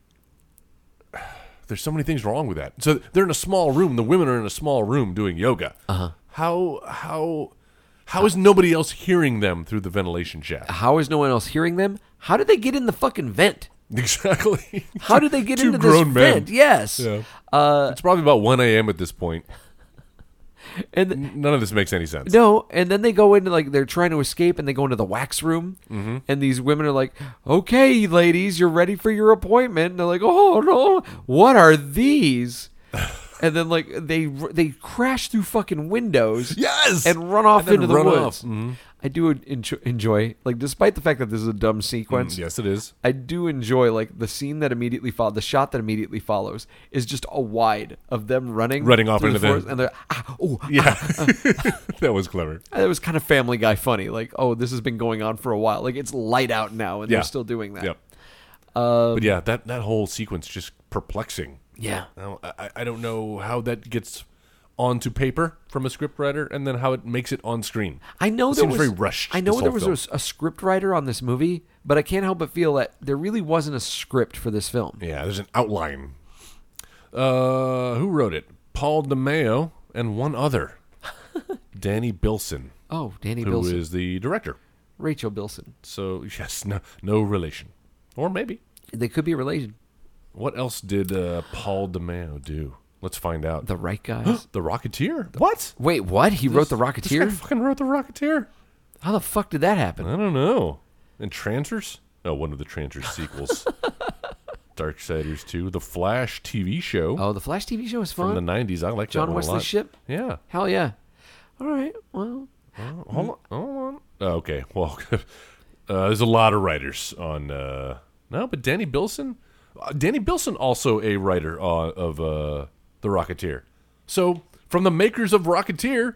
[SPEAKER 4] There's so many things wrong with that. So they're in a small room. The women are in a small room doing yoga. Uh-huh. How how how is nobody else hearing them through the ventilation shaft?
[SPEAKER 3] How is no one else hearing them? How did they get in the fucking vent?
[SPEAKER 4] Exactly.
[SPEAKER 3] How did they get
[SPEAKER 4] Two
[SPEAKER 3] into
[SPEAKER 4] grown
[SPEAKER 3] this
[SPEAKER 4] men.
[SPEAKER 3] vent? Yes.
[SPEAKER 4] Yeah. it's probably about 1 a.m. at this point.
[SPEAKER 3] and
[SPEAKER 4] None of this makes any sense.
[SPEAKER 3] No, and then they go into like they're trying to escape, and they go into the wax room,
[SPEAKER 4] Mm-hmm.
[SPEAKER 3] and these women are like, "Okay, ladies, you're ready for your appointment." And they're like, "Oh no, what are these?" and then like they they crash through fucking windows,
[SPEAKER 4] Yes!
[SPEAKER 3] and run off
[SPEAKER 4] And then
[SPEAKER 3] into the
[SPEAKER 4] run
[SPEAKER 3] woods.
[SPEAKER 4] off. Mhm.
[SPEAKER 3] I do enjo- enjoy like, despite the fact that this is a dumb sequence,
[SPEAKER 4] Mm, Yes, it is.
[SPEAKER 3] I do enjoy like the scene that immediately follows. The shot that immediately follows is just a wide of them running,
[SPEAKER 4] Running off
[SPEAKER 3] through
[SPEAKER 4] into the-
[SPEAKER 3] forest, and they're ah, oh
[SPEAKER 4] Yeah, that was clever.
[SPEAKER 3] it was kind of Family Guy funny. Like, oh, this has been going on for a while. Like, it's light out now, and
[SPEAKER 4] Yeah.
[SPEAKER 3] they're still doing that. Um,
[SPEAKER 4] Yep. but yeah, that that whole sequence just perplexing.
[SPEAKER 3] Yeah.
[SPEAKER 4] Now, I, I don't know how that gets onto paper from a scriptwriter, and then how it makes it on screen.
[SPEAKER 3] I know
[SPEAKER 4] It
[SPEAKER 3] there
[SPEAKER 4] seems
[SPEAKER 3] was
[SPEAKER 4] very rushed,
[SPEAKER 3] I know
[SPEAKER 4] this
[SPEAKER 3] there
[SPEAKER 4] whole
[SPEAKER 3] was
[SPEAKER 4] film.
[SPEAKER 3] a, a script writer on this movie, but I can't help but feel that there really wasn't a script for this film.
[SPEAKER 4] Yeah, there's an outline. Uh, who wrote it? Paul DeMeo and one other, Danny Bilson,
[SPEAKER 3] Oh, Danny
[SPEAKER 4] who is
[SPEAKER 3] Bilson,
[SPEAKER 4] the director.
[SPEAKER 3] Rachel Bilson.
[SPEAKER 4] So yes, no, no relation, or maybe.
[SPEAKER 3] They could be related.
[SPEAKER 4] What else did uh, Paul DeMeo do? Let's find out.
[SPEAKER 3] The right guys.
[SPEAKER 4] The Rocketeer. What?
[SPEAKER 3] Wait, what? He wrote the
[SPEAKER 4] This guy
[SPEAKER 3] Rocketeer.
[SPEAKER 4] fucking wrote the Rocketeer.
[SPEAKER 3] How the fuck did that happen?
[SPEAKER 4] I don't know. And Trancers? Oh, one of the Trancers sequels. Darksiders 2, The Flash TV show
[SPEAKER 3] Oh, the Flash TV show is
[SPEAKER 4] from
[SPEAKER 3] fun.
[SPEAKER 4] the 90s. I like
[SPEAKER 3] John
[SPEAKER 4] that one a
[SPEAKER 3] Wesley
[SPEAKER 4] lot.
[SPEAKER 3] Ship.
[SPEAKER 4] Yeah.
[SPEAKER 3] Hell yeah. All right.
[SPEAKER 4] Oh,
[SPEAKER 3] Well,
[SPEAKER 4] Hold on. Hold on. Oh, okay. Well, uh, there's a lot of writers on. Uh, no, but Danny Bilson? Uh, Danny Bilson also a writer on, of uh, The Rocketeer. So, from the makers of Rocketeer,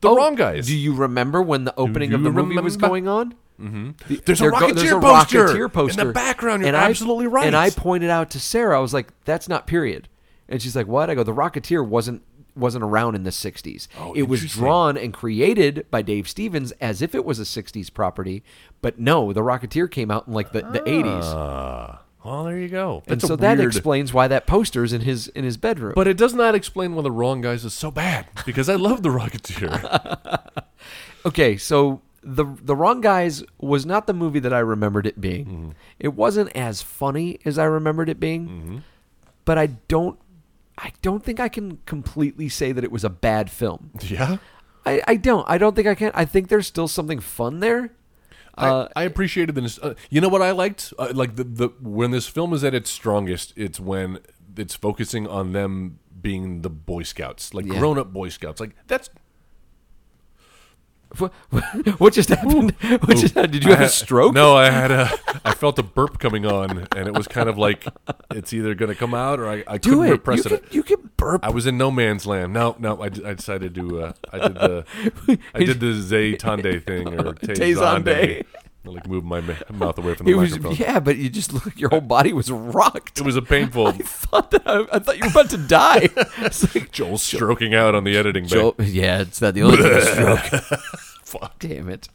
[SPEAKER 4] the
[SPEAKER 3] Oh,
[SPEAKER 4] wrong guys.
[SPEAKER 3] Do you remember when the opening of
[SPEAKER 4] you
[SPEAKER 3] the movie was
[SPEAKER 4] remember? Mm-hmm.
[SPEAKER 3] going on?
[SPEAKER 4] there's, a
[SPEAKER 3] There go-
[SPEAKER 4] Rocketeer
[SPEAKER 3] there's a
[SPEAKER 4] poster
[SPEAKER 3] Rocketeer poster
[SPEAKER 4] in the background. You're
[SPEAKER 3] And I-
[SPEAKER 4] absolutely right.
[SPEAKER 3] And I pointed out to Sarah, I was like, "That's not period." And she's like, "What?" I go, "The Rocketeer wasn't wasn't around in the '60s.
[SPEAKER 4] Oh,
[SPEAKER 3] it was
[SPEAKER 4] interesting.
[SPEAKER 3] drawn and created by Dave Stevens as if it was a '60s property, but no, The Rocketeer came out in like the, the '80s,
[SPEAKER 4] Ah, well, there you go.
[SPEAKER 3] and
[SPEAKER 4] That's a
[SPEAKER 3] so that
[SPEAKER 4] weird-
[SPEAKER 3] explains why that poster's in his in his bedroom.
[SPEAKER 4] But it does not explain why the wrong guys is so bad because I love the Rocketeer.
[SPEAKER 3] Okay, so the the wrong guys was not the movie that I remembered it being.
[SPEAKER 4] Mm-hmm.
[SPEAKER 3] It wasn't as funny as I remembered it being,
[SPEAKER 4] Mm-hmm.
[SPEAKER 3] but I don't I don't think I can completely say that it was a bad film.
[SPEAKER 4] yeah,
[SPEAKER 3] I, I don't I don't think I can. I think there's still something fun there.
[SPEAKER 4] I, I appreciated the. nos- Uh, you know what I liked? Uh, like the, the when this film is at its strongest, it's when it's focusing on them being the Boy Scouts, like
[SPEAKER 3] Yeah.
[SPEAKER 4] grown up Boy Scouts. Like that's
[SPEAKER 3] Wha- What just happened? What just, did you
[SPEAKER 4] I
[SPEAKER 3] have a
[SPEAKER 4] had-
[SPEAKER 3] stroke?
[SPEAKER 4] No, I had a. I felt a burp coming on, and it was kind of like it's either going to come out or I, I
[SPEAKER 3] do
[SPEAKER 4] couldn't
[SPEAKER 3] it.
[SPEAKER 4] repress
[SPEAKER 3] You
[SPEAKER 4] it.
[SPEAKER 3] can, you can burp.
[SPEAKER 4] I was in no man's land. No, no, I, d- I decided to. Uh, I did the. I did the Zay Tande thing or Tezande.
[SPEAKER 3] Tezande.
[SPEAKER 4] I like moved my ma- mouth away from the
[SPEAKER 3] it was
[SPEAKER 4] microphone.
[SPEAKER 3] yeah, but you just look. Your whole body was rocked.
[SPEAKER 4] It was a painful.
[SPEAKER 3] I thought that I, I thought you were about to die. It's like,
[SPEAKER 4] Joel stroking out on the editing. bay.
[SPEAKER 3] Joel, yeah, it's not the only thing that's stroke. Fuck. Damn it.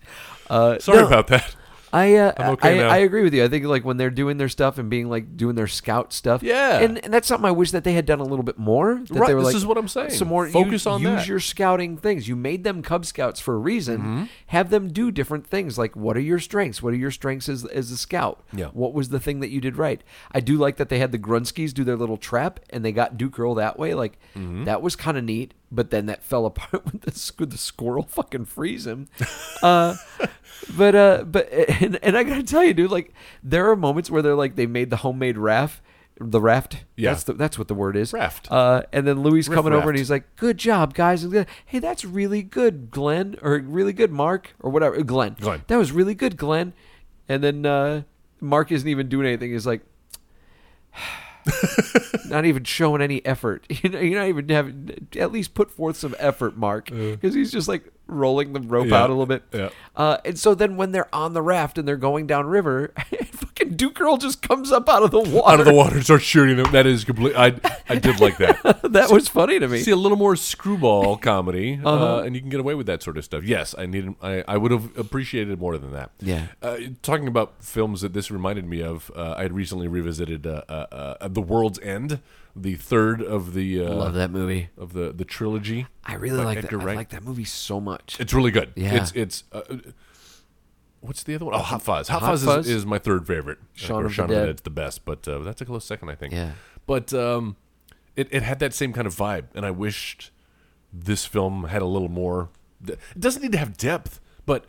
[SPEAKER 3] Uh,
[SPEAKER 4] Sorry
[SPEAKER 3] no,
[SPEAKER 4] about that.
[SPEAKER 3] I, uh,
[SPEAKER 4] I'm okay
[SPEAKER 3] I,
[SPEAKER 4] now.
[SPEAKER 3] I agree with you. I think like when they're doing their stuff and being like doing their scout stuff.
[SPEAKER 4] Yeah.
[SPEAKER 3] and, and that's something I wish that they had done a little bit more. That
[SPEAKER 4] Right,
[SPEAKER 3] They were
[SPEAKER 4] this
[SPEAKER 3] like,
[SPEAKER 4] is what I'm saying.
[SPEAKER 3] Some more
[SPEAKER 4] Focus
[SPEAKER 3] use,
[SPEAKER 4] on
[SPEAKER 3] use
[SPEAKER 4] that. Mm-hmm.
[SPEAKER 3] your scouting things. You made them Cub Scouts for a reason. Have them do different things. Like what are your strengths? What are your strengths as as a scout?
[SPEAKER 4] Yeah.
[SPEAKER 3] What was the thing that you did right? I do like that they had the Grunskys do their little trap and they got Duke Earl that way. Like
[SPEAKER 4] Mm-hmm.
[SPEAKER 3] that was kind of neat. But then that fell apart when the, squ- the squirrel fucking frees him. Uh, but uh, but and, and I gotta tell you, dude, like there are moments where they're like they made the homemade raft, the raft.
[SPEAKER 4] Yeah.
[SPEAKER 3] that's the, that's what the word is.
[SPEAKER 4] Raft.
[SPEAKER 3] Uh, and then Louis coming over
[SPEAKER 4] raft.
[SPEAKER 3] and he's like, "Good job, guys!" And hey, that's really good, Glenn, or really good, Mark, or whatever, Uh, Glenn.
[SPEAKER 4] Glenn.
[SPEAKER 3] That was really good, Glenn. And then uh, Mark isn't even doing anything. He's like. not even showing any effort. You know, you're not even having at least put forth some effort, Mark, because he's just like rolling the rope
[SPEAKER 4] Uh. Yeah.
[SPEAKER 3] out a little bit.
[SPEAKER 4] Yeah.
[SPEAKER 3] Uh, and so then when they're on the raft and they're going down river, fucking Duke Girl just comes up out of the water.
[SPEAKER 4] Out of the water, and start shooting them. That is complete. I I did like that.
[SPEAKER 3] that was funny to me.
[SPEAKER 4] See a little more screwball comedy, uh
[SPEAKER 3] Uh-huh.
[SPEAKER 4] and you can get away with that sort of stuff. Yes, I needed. I, I would have appreciated more than that.
[SPEAKER 3] Yeah.
[SPEAKER 4] Uh, talking about films that this reminded me of, uh, I had recently revisited uh, uh, uh, The World's End, the third of the uh,
[SPEAKER 3] Love that movie.
[SPEAKER 4] of the the trilogy.
[SPEAKER 3] I really
[SPEAKER 4] by
[SPEAKER 3] like that.
[SPEAKER 4] Edgar
[SPEAKER 3] I
[SPEAKER 4] Wright.
[SPEAKER 3] like that movie so much.
[SPEAKER 4] It's really good.
[SPEAKER 3] Yeah.
[SPEAKER 4] It's it's. Uh, what's the other one? Oh, Hot Fuzz. Hot,
[SPEAKER 3] Hot
[SPEAKER 4] Fuzz,
[SPEAKER 3] Fuzz?
[SPEAKER 4] Is, is my third favorite.
[SPEAKER 3] Shaun
[SPEAKER 4] Or
[SPEAKER 3] of the
[SPEAKER 4] Shaun
[SPEAKER 3] Dead.
[SPEAKER 4] Dead's the best, but uh, that's a close second, I think.
[SPEAKER 3] Yeah.
[SPEAKER 4] But um, it it had that same kind of vibe, and I wished this film had a little more. It doesn't need to have depth, but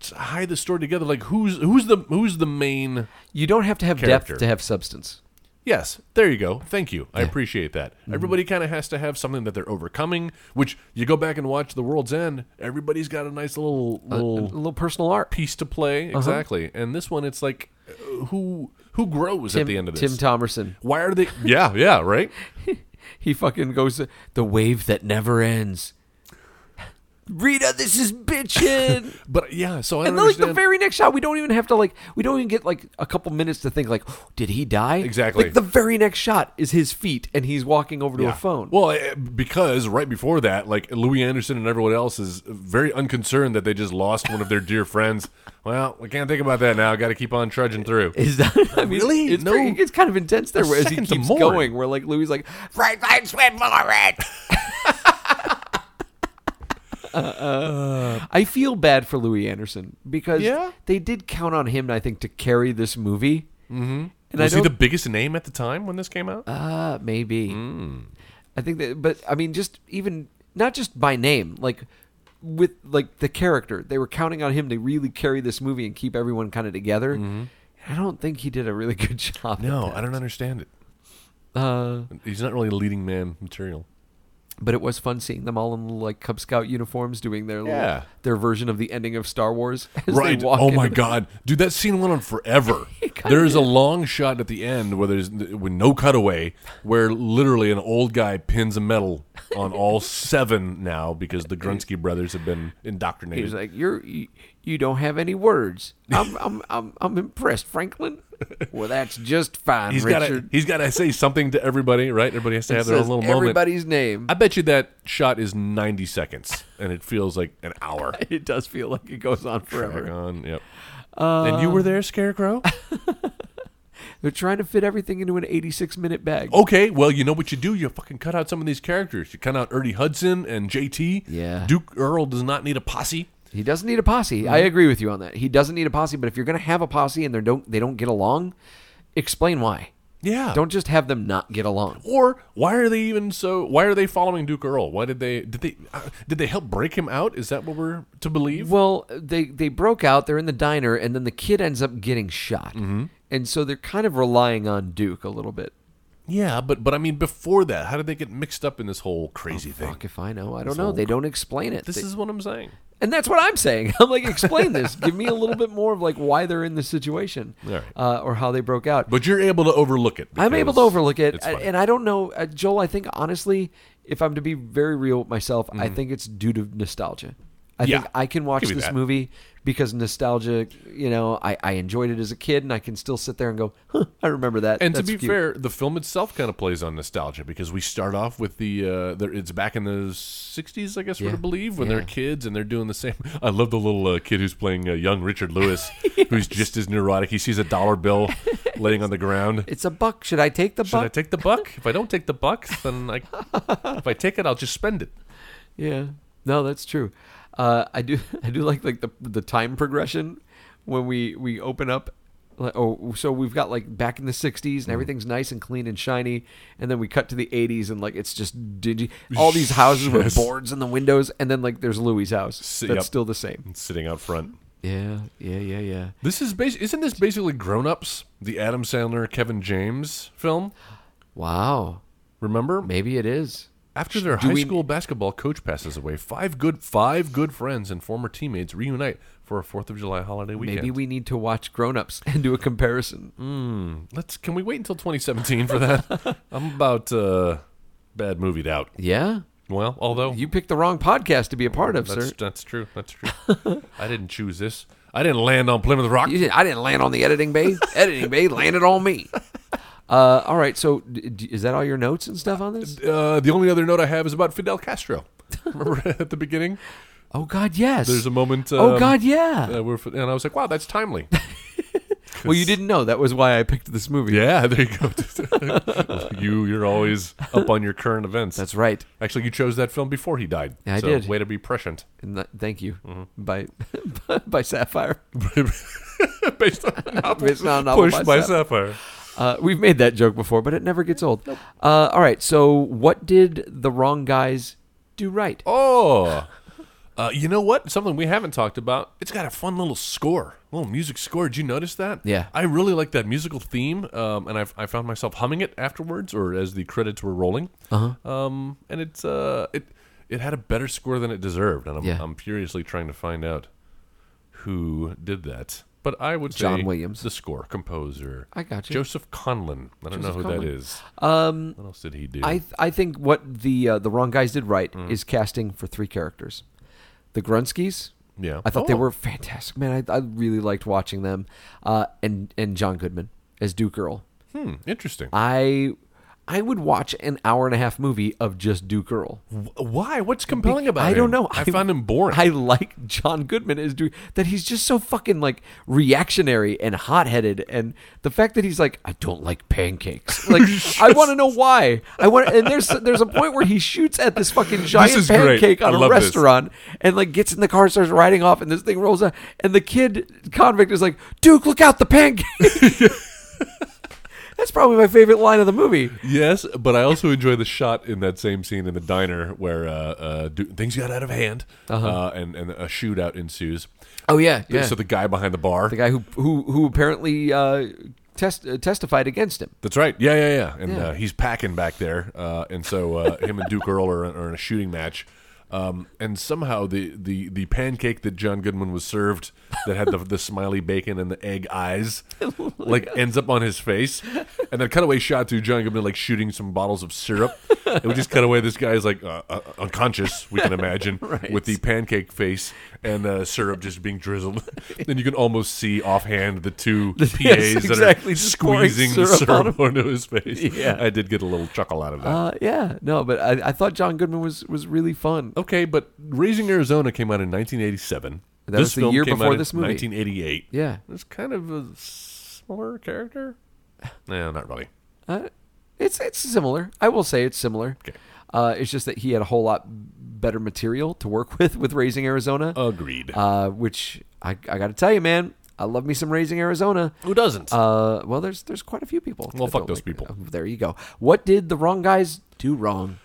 [SPEAKER 4] tie the story together. Like who's who's the who's the main?
[SPEAKER 3] You don't have to have
[SPEAKER 4] Character.
[SPEAKER 3] depth to have substance.
[SPEAKER 4] Yes, there you go. Thank you. I appreciate that.
[SPEAKER 3] Mm-hmm.
[SPEAKER 4] Everybody kind of has to have something that they're overcoming. Which you go back and watch The World's End. Everybody's got a nice little
[SPEAKER 3] A
[SPEAKER 4] little
[SPEAKER 3] little personal art.
[SPEAKER 4] piece to play.
[SPEAKER 3] Uh-huh.
[SPEAKER 4] Exactly. And this one, it's like uh, who who grows
[SPEAKER 3] Tim,
[SPEAKER 4] at the end of
[SPEAKER 3] Tim
[SPEAKER 4] this.
[SPEAKER 3] Thomerson.
[SPEAKER 4] Why are they? Yeah, yeah, right.
[SPEAKER 3] He fucking goes the wave that never ends. Rita, this is bitchin'.
[SPEAKER 4] But yeah, so I don't
[SPEAKER 3] and then, like the
[SPEAKER 4] understand.
[SPEAKER 3] very next shot, we don't even have to like we don't even get like a couple minutes to think like, did he die?
[SPEAKER 4] Exactly.
[SPEAKER 3] Like the very next shot is his feet and he's walking over to
[SPEAKER 4] Yeah.
[SPEAKER 3] a phone.
[SPEAKER 4] Well, eh, because right before that, like Louis Anderson and everyone else is very unconcerned that they just lost one of their dear friends. Well, we can't think about that now. Got to keep on trudging through.
[SPEAKER 3] is that I mean,
[SPEAKER 4] Really?
[SPEAKER 3] It's,
[SPEAKER 4] No.
[SPEAKER 3] pretty- it's kind of intense there,
[SPEAKER 4] A
[SPEAKER 3] whereas he
[SPEAKER 4] second to
[SPEAKER 3] keeps
[SPEAKER 4] mourn.
[SPEAKER 3] going. Where like Louis like, right, right, swim, Lauren. I feel bad for Louis Anderson because
[SPEAKER 4] Yeah?
[SPEAKER 3] they did count on him, I think, to carry this movie. Mm-hmm. And
[SPEAKER 4] Was
[SPEAKER 3] I
[SPEAKER 4] he
[SPEAKER 3] don't
[SPEAKER 4] the biggest name at the time when this came out?
[SPEAKER 3] Uh, maybe.
[SPEAKER 4] Hmm.
[SPEAKER 3] I think that, but I mean, just even not just by name, like with like the character, they were counting on him to really carry this movie and keep everyone kind of together. I don't think he did a really good job. at
[SPEAKER 4] Mm-hmm. no,
[SPEAKER 3] that.
[SPEAKER 4] I don't understand it.
[SPEAKER 3] Uh,
[SPEAKER 4] He's not really leading man material.
[SPEAKER 3] but it was fun seeing them all in little, like Cub Scout uniforms doing their little-
[SPEAKER 4] Yeah.
[SPEAKER 3] their version of the ending of Star Wars. as they
[SPEAKER 4] Right.
[SPEAKER 3] walk
[SPEAKER 4] Oh
[SPEAKER 3] in.
[SPEAKER 4] my god, dude, that scene went on forever. there is a long shot at the end where there's with no cutaway, where literally an old guy pins a medal on all seven now because the Grunsky brothers have been indoctrinated.
[SPEAKER 3] He's like, "You're you, you don't have any words." I'm I'm I'm, I'm impressed, Franklin. Well, that's just fine,
[SPEAKER 4] he's got to
[SPEAKER 3] Richard.
[SPEAKER 4] he's got to say something to everybody, right? Everybody has to have
[SPEAKER 3] It
[SPEAKER 4] their own
[SPEAKER 3] says
[SPEAKER 4] little moment.
[SPEAKER 3] everybody's name.
[SPEAKER 4] I bet you that shot is 90 seconds and it feels like an hour.
[SPEAKER 3] it does feel like it goes on
[SPEAKER 4] Back
[SPEAKER 3] forever.
[SPEAKER 4] on, yep.
[SPEAKER 3] Um,
[SPEAKER 4] and you were there, Scarecrow?
[SPEAKER 3] They're trying to fit everything into an 86 minute bag.
[SPEAKER 4] Okay, well, you know what you do? You fucking cut out some of these characters. You cut out Ernie Hudson and JT.
[SPEAKER 3] Yeah.
[SPEAKER 4] Duke Earl does not need a posse.
[SPEAKER 3] He doesn't need a posse. I agree with you on that. He doesn't need a posse, but if you're going to have a posse and they don't they don't get along, explain why.
[SPEAKER 4] Yeah.
[SPEAKER 3] Don't just have them not get along.
[SPEAKER 4] Or why are they even so? Why are they following Duke Earl? Why did they did they uh, did they help break him out? Is that what we're to believe?
[SPEAKER 3] Well, they they broke out, they're in the diner and then the kid ends up getting shot. And so they're kind of relying on Duke a little bit.
[SPEAKER 4] yeah, but but I mean, before that, how did they get mixed up in this whole crazy thing?
[SPEAKER 3] Oh, Fuck if I know. I don't know. They don't explain it.
[SPEAKER 4] This
[SPEAKER 3] They-
[SPEAKER 4] is what I'm saying.
[SPEAKER 3] And that's what I'm saying. I'm like, explain this. Give me a little bit more of like why they're in this situation,
[SPEAKER 4] right.
[SPEAKER 3] uh, or how they broke out.
[SPEAKER 4] But you're able to overlook it.
[SPEAKER 3] I'm able to
[SPEAKER 4] because
[SPEAKER 3] overlook it,
[SPEAKER 4] it's
[SPEAKER 3] I-
[SPEAKER 4] fine.
[SPEAKER 3] and I don't know, uh, Joel. I think honestly, if I'm to be very real with myself, I think it's due to nostalgia. I
[SPEAKER 4] Mm-hmm. Yeah.
[SPEAKER 3] think I can watch
[SPEAKER 4] Give me
[SPEAKER 3] this
[SPEAKER 4] that.
[SPEAKER 3] movie because nostalgia. You know, I, I enjoyed it as a kid, and I can still sit there and go, huh, I remember that.
[SPEAKER 4] And
[SPEAKER 3] That's
[SPEAKER 4] to be
[SPEAKER 3] cute."
[SPEAKER 4] fair, the film itself kind of plays on nostalgia because we start off with the, uh, the it's back in the '60s, I guess, we're
[SPEAKER 3] Yeah.
[SPEAKER 4] to believe, when they're
[SPEAKER 3] Yeah.
[SPEAKER 4] kids and they're doing the same. I love the little uh, kid who's playing uh, young Richard Lewis, who's just as neurotic. He sees a dollar bill laying on the ground.
[SPEAKER 3] it's a buck. Should I take the
[SPEAKER 4] Should
[SPEAKER 3] buck?
[SPEAKER 4] I take the buck? If I don't take the buck, then I, if I take it, I'll just spend it.
[SPEAKER 3] Yeah. No, that's true. Uh, I do I do like like the the time progression when we we open up like, oh so we've got like back in the 60s and everything's nice and clean and shiny and then we cut to the 80s and like it's just dingy all these houses
[SPEAKER 4] Yes.
[SPEAKER 3] with boards in the windows and then like there's Louis house
[SPEAKER 4] S-
[SPEAKER 3] that's
[SPEAKER 4] yep.
[SPEAKER 3] still the same.
[SPEAKER 4] It's sitting out front.
[SPEAKER 3] Yeah, yeah, yeah, yeah.
[SPEAKER 4] This is basi- isn't this basically Grown Ups, the Adam Sandler Kevin James film?
[SPEAKER 3] Wow.
[SPEAKER 4] Remember?
[SPEAKER 3] Maybe it is.
[SPEAKER 4] After their
[SPEAKER 3] Do
[SPEAKER 4] high
[SPEAKER 3] we-
[SPEAKER 4] school basketball coach passes away, five good five good friends and former teammates reunite for a Fourth of July holiday weekend.
[SPEAKER 3] Maybe we need to watch Grown Ups and do a comparison.
[SPEAKER 4] let's can we wait until 2017 for that? I'm about uh, bad movied out.
[SPEAKER 3] Yeah.
[SPEAKER 4] Well, although
[SPEAKER 3] You picked the wrong podcast to be a part of,
[SPEAKER 4] that's
[SPEAKER 3] sir.
[SPEAKER 4] that's true, that's true. I didn't choose this. I didn't land on Plymouth Rock.
[SPEAKER 3] You didn't, I didn't land on the editing bay. editing bay landed on me. Uh, all right, so d- d- is that all your notes and stuff on this?
[SPEAKER 4] Uh, the only other note I have is about Fidel Castro. Remember at the beginning,
[SPEAKER 3] Oh God, yes.
[SPEAKER 4] there's a moment. Um,
[SPEAKER 3] oh God, yeah.
[SPEAKER 4] uh, where, and I was like, wow, that's timely.
[SPEAKER 3] well, you didn't know that was why I picked this movie.
[SPEAKER 4] yeah, there you go. you you're always up on your current events.
[SPEAKER 3] that's right.
[SPEAKER 4] Actually, you chose that film before he died.
[SPEAKER 3] Yeah, I
[SPEAKER 4] so
[SPEAKER 3] did.
[SPEAKER 4] Way to be prescient.
[SPEAKER 3] And that, thank you
[SPEAKER 4] Mm-hmm.
[SPEAKER 3] by by Sapphire.
[SPEAKER 4] Based on a novel
[SPEAKER 3] Based on a novel
[SPEAKER 4] pushed
[SPEAKER 3] by
[SPEAKER 4] by
[SPEAKER 3] Sap-
[SPEAKER 4] Sapphire.
[SPEAKER 3] Uh, we've made that joke before, but it never gets old. Uh, all right, so what did the wrong guys do right.
[SPEAKER 4] Oh. Uh, you know what? Something we haven't talked about. It's got a fun little score, little music score. Did you notice that?
[SPEAKER 3] Yeah.
[SPEAKER 4] I really like that musical theme, um, and I've, I found myself humming it afterwards, or as the credits were rolling. Uh-huh. Um, and it's uh, it it had a better score than it deserved, and I'm,
[SPEAKER 3] Yeah.
[SPEAKER 4] I'm furiously trying to find out who did that. But I would
[SPEAKER 3] John
[SPEAKER 4] say
[SPEAKER 3] Williams.
[SPEAKER 4] the score composer.
[SPEAKER 3] I got you.
[SPEAKER 4] Joseph Conlon. I don't know
[SPEAKER 3] Joseph
[SPEAKER 4] who that
[SPEAKER 3] Conlon.
[SPEAKER 4] is. Um, what else did he do?
[SPEAKER 3] I th- I think what the uh, the wrong guys did right is casting for three characters. The Grunskys.
[SPEAKER 4] Yeah.
[SPEAKER 3] I thought they
[SPEAKER 4] Oh.
[SPEAKER 3] were fantastic, man. I, I really liked watching them, uh, and and John Goodman as Duke Earl.
[SPEAKER 4] hmm, interesting.
[SPEAKER 3] I I would watch an hour and a half movie of just Duke Earl.
[SPEAKER 4] Wh- Why? What's compelling about
[SPEAKER 3] I
[SPEAKER 4] him?
[SPEAKER 3] don't know.
[SPEAKER 4] I, found him boring.
[SPEAKER 3] I like John Goodman is doing that. He's just so fucking like reactionary and hot headed, and the fact that he's like, I don't like pancakes. Like, I want to know why. I want. And there's there's a point where he shoots at this fucking giant
[SPEAKER 4] is great.
[SPEAKER 3] pancake
[SPEAKER 4] I
[SPEAKER 3] on a
[SPEAKER 4] love this.
[SPEAKER 3] restaurant, and like gets in the car, starts riding off, and this thing rolls out, and the kid convict is like, Duke, look out, the pancake. That's probably my favorite line of the movie.
[SPEAKER 4] yes, but I also enjoy the shot in that same scene in the diner where uh, uh, do, things got out of hand uh, and, and a shootout ensues.
[SPEAKER 3] Oh yeah, Uh-huh. yeah.
[SPEAKER 4] So the guy behind the bar.
[SPEAKER 3] the guy who who who apparently uh, test, uh, testified against him.
[SPEAKER 4] That's right. Yeah, yeah, yeah. And
[SPEAKER 3] Yeah.
[SPEAKER 4] Uh, he's packing back there, uh, and so uh, him and Duke Earl are, are in a shooting match. Um, and somehow the, the, the pancake that John Goodman was served that had the, the smiley bacon and the egg eyes
[SPEAKER 3] Oh
[SPEAKER 4] like ends up on his face, and then cutaway shot to John Goodman like shooting some bottles of syrup. It would just cut away. This guy is like uh, uh, unconscious, we can imagine, with the pancake face and uh, syrup just being drizzled. and you can almost see offhand the two PAs that
[SPEAKER 3] exactly,
[SPEAKER 4] are
[SPEAKER 3] just pouring
[SPEAKER 4] squeezing the
[SPEAKER 3] syrup on
[SPEAKER 4] syrup onto his face. Yeah. I did get a little chuckle out of that.
[SPEAKER 3] Uh, yeah, no, but I, I thought John Goodman was was really fun.
[SPEAKER 4] okay, but Raising Arizona came out in 1987.
[SPEAKER 3] That was the year
[SPEAKER 4] came
[SPEAKER 3] before
[SPEAKER 4] out in
[SPEAKER 3] this movie.
[SPEAKER 4] 1988.
[SPEAKER 3] Yeah,
[SPEAKER 4] It's kind of a similar character. No, not really.
[SPEAKER 3] uh, it's it's similar. I will say it's similar.
[SPEAKER 4] Okay.
[SPEAKER 3] Uh, it's just that he had a whole lot better material to work with with Raising Arizona,
[SPEAKER 4] Agreed.
[SPEAKER 3] uh, which I, I got to tell you, man, I love me some Raising Arizona.
[SPEAKER 4] Who doesn't?
[SPEAKER 3] Uh, well, there's there's quite a few people.
[SPEAKER 4] Well,
[SPEAKER 3] that
[SPEAKER 4] fuck
[SPEAKER 3] don't
[SPEAKER 4] those
[SPEAKER 3] like-
[SPEAKER 4] people.
[SPEAKER 3] Oh, there you go. What did the wrong guys do wrong?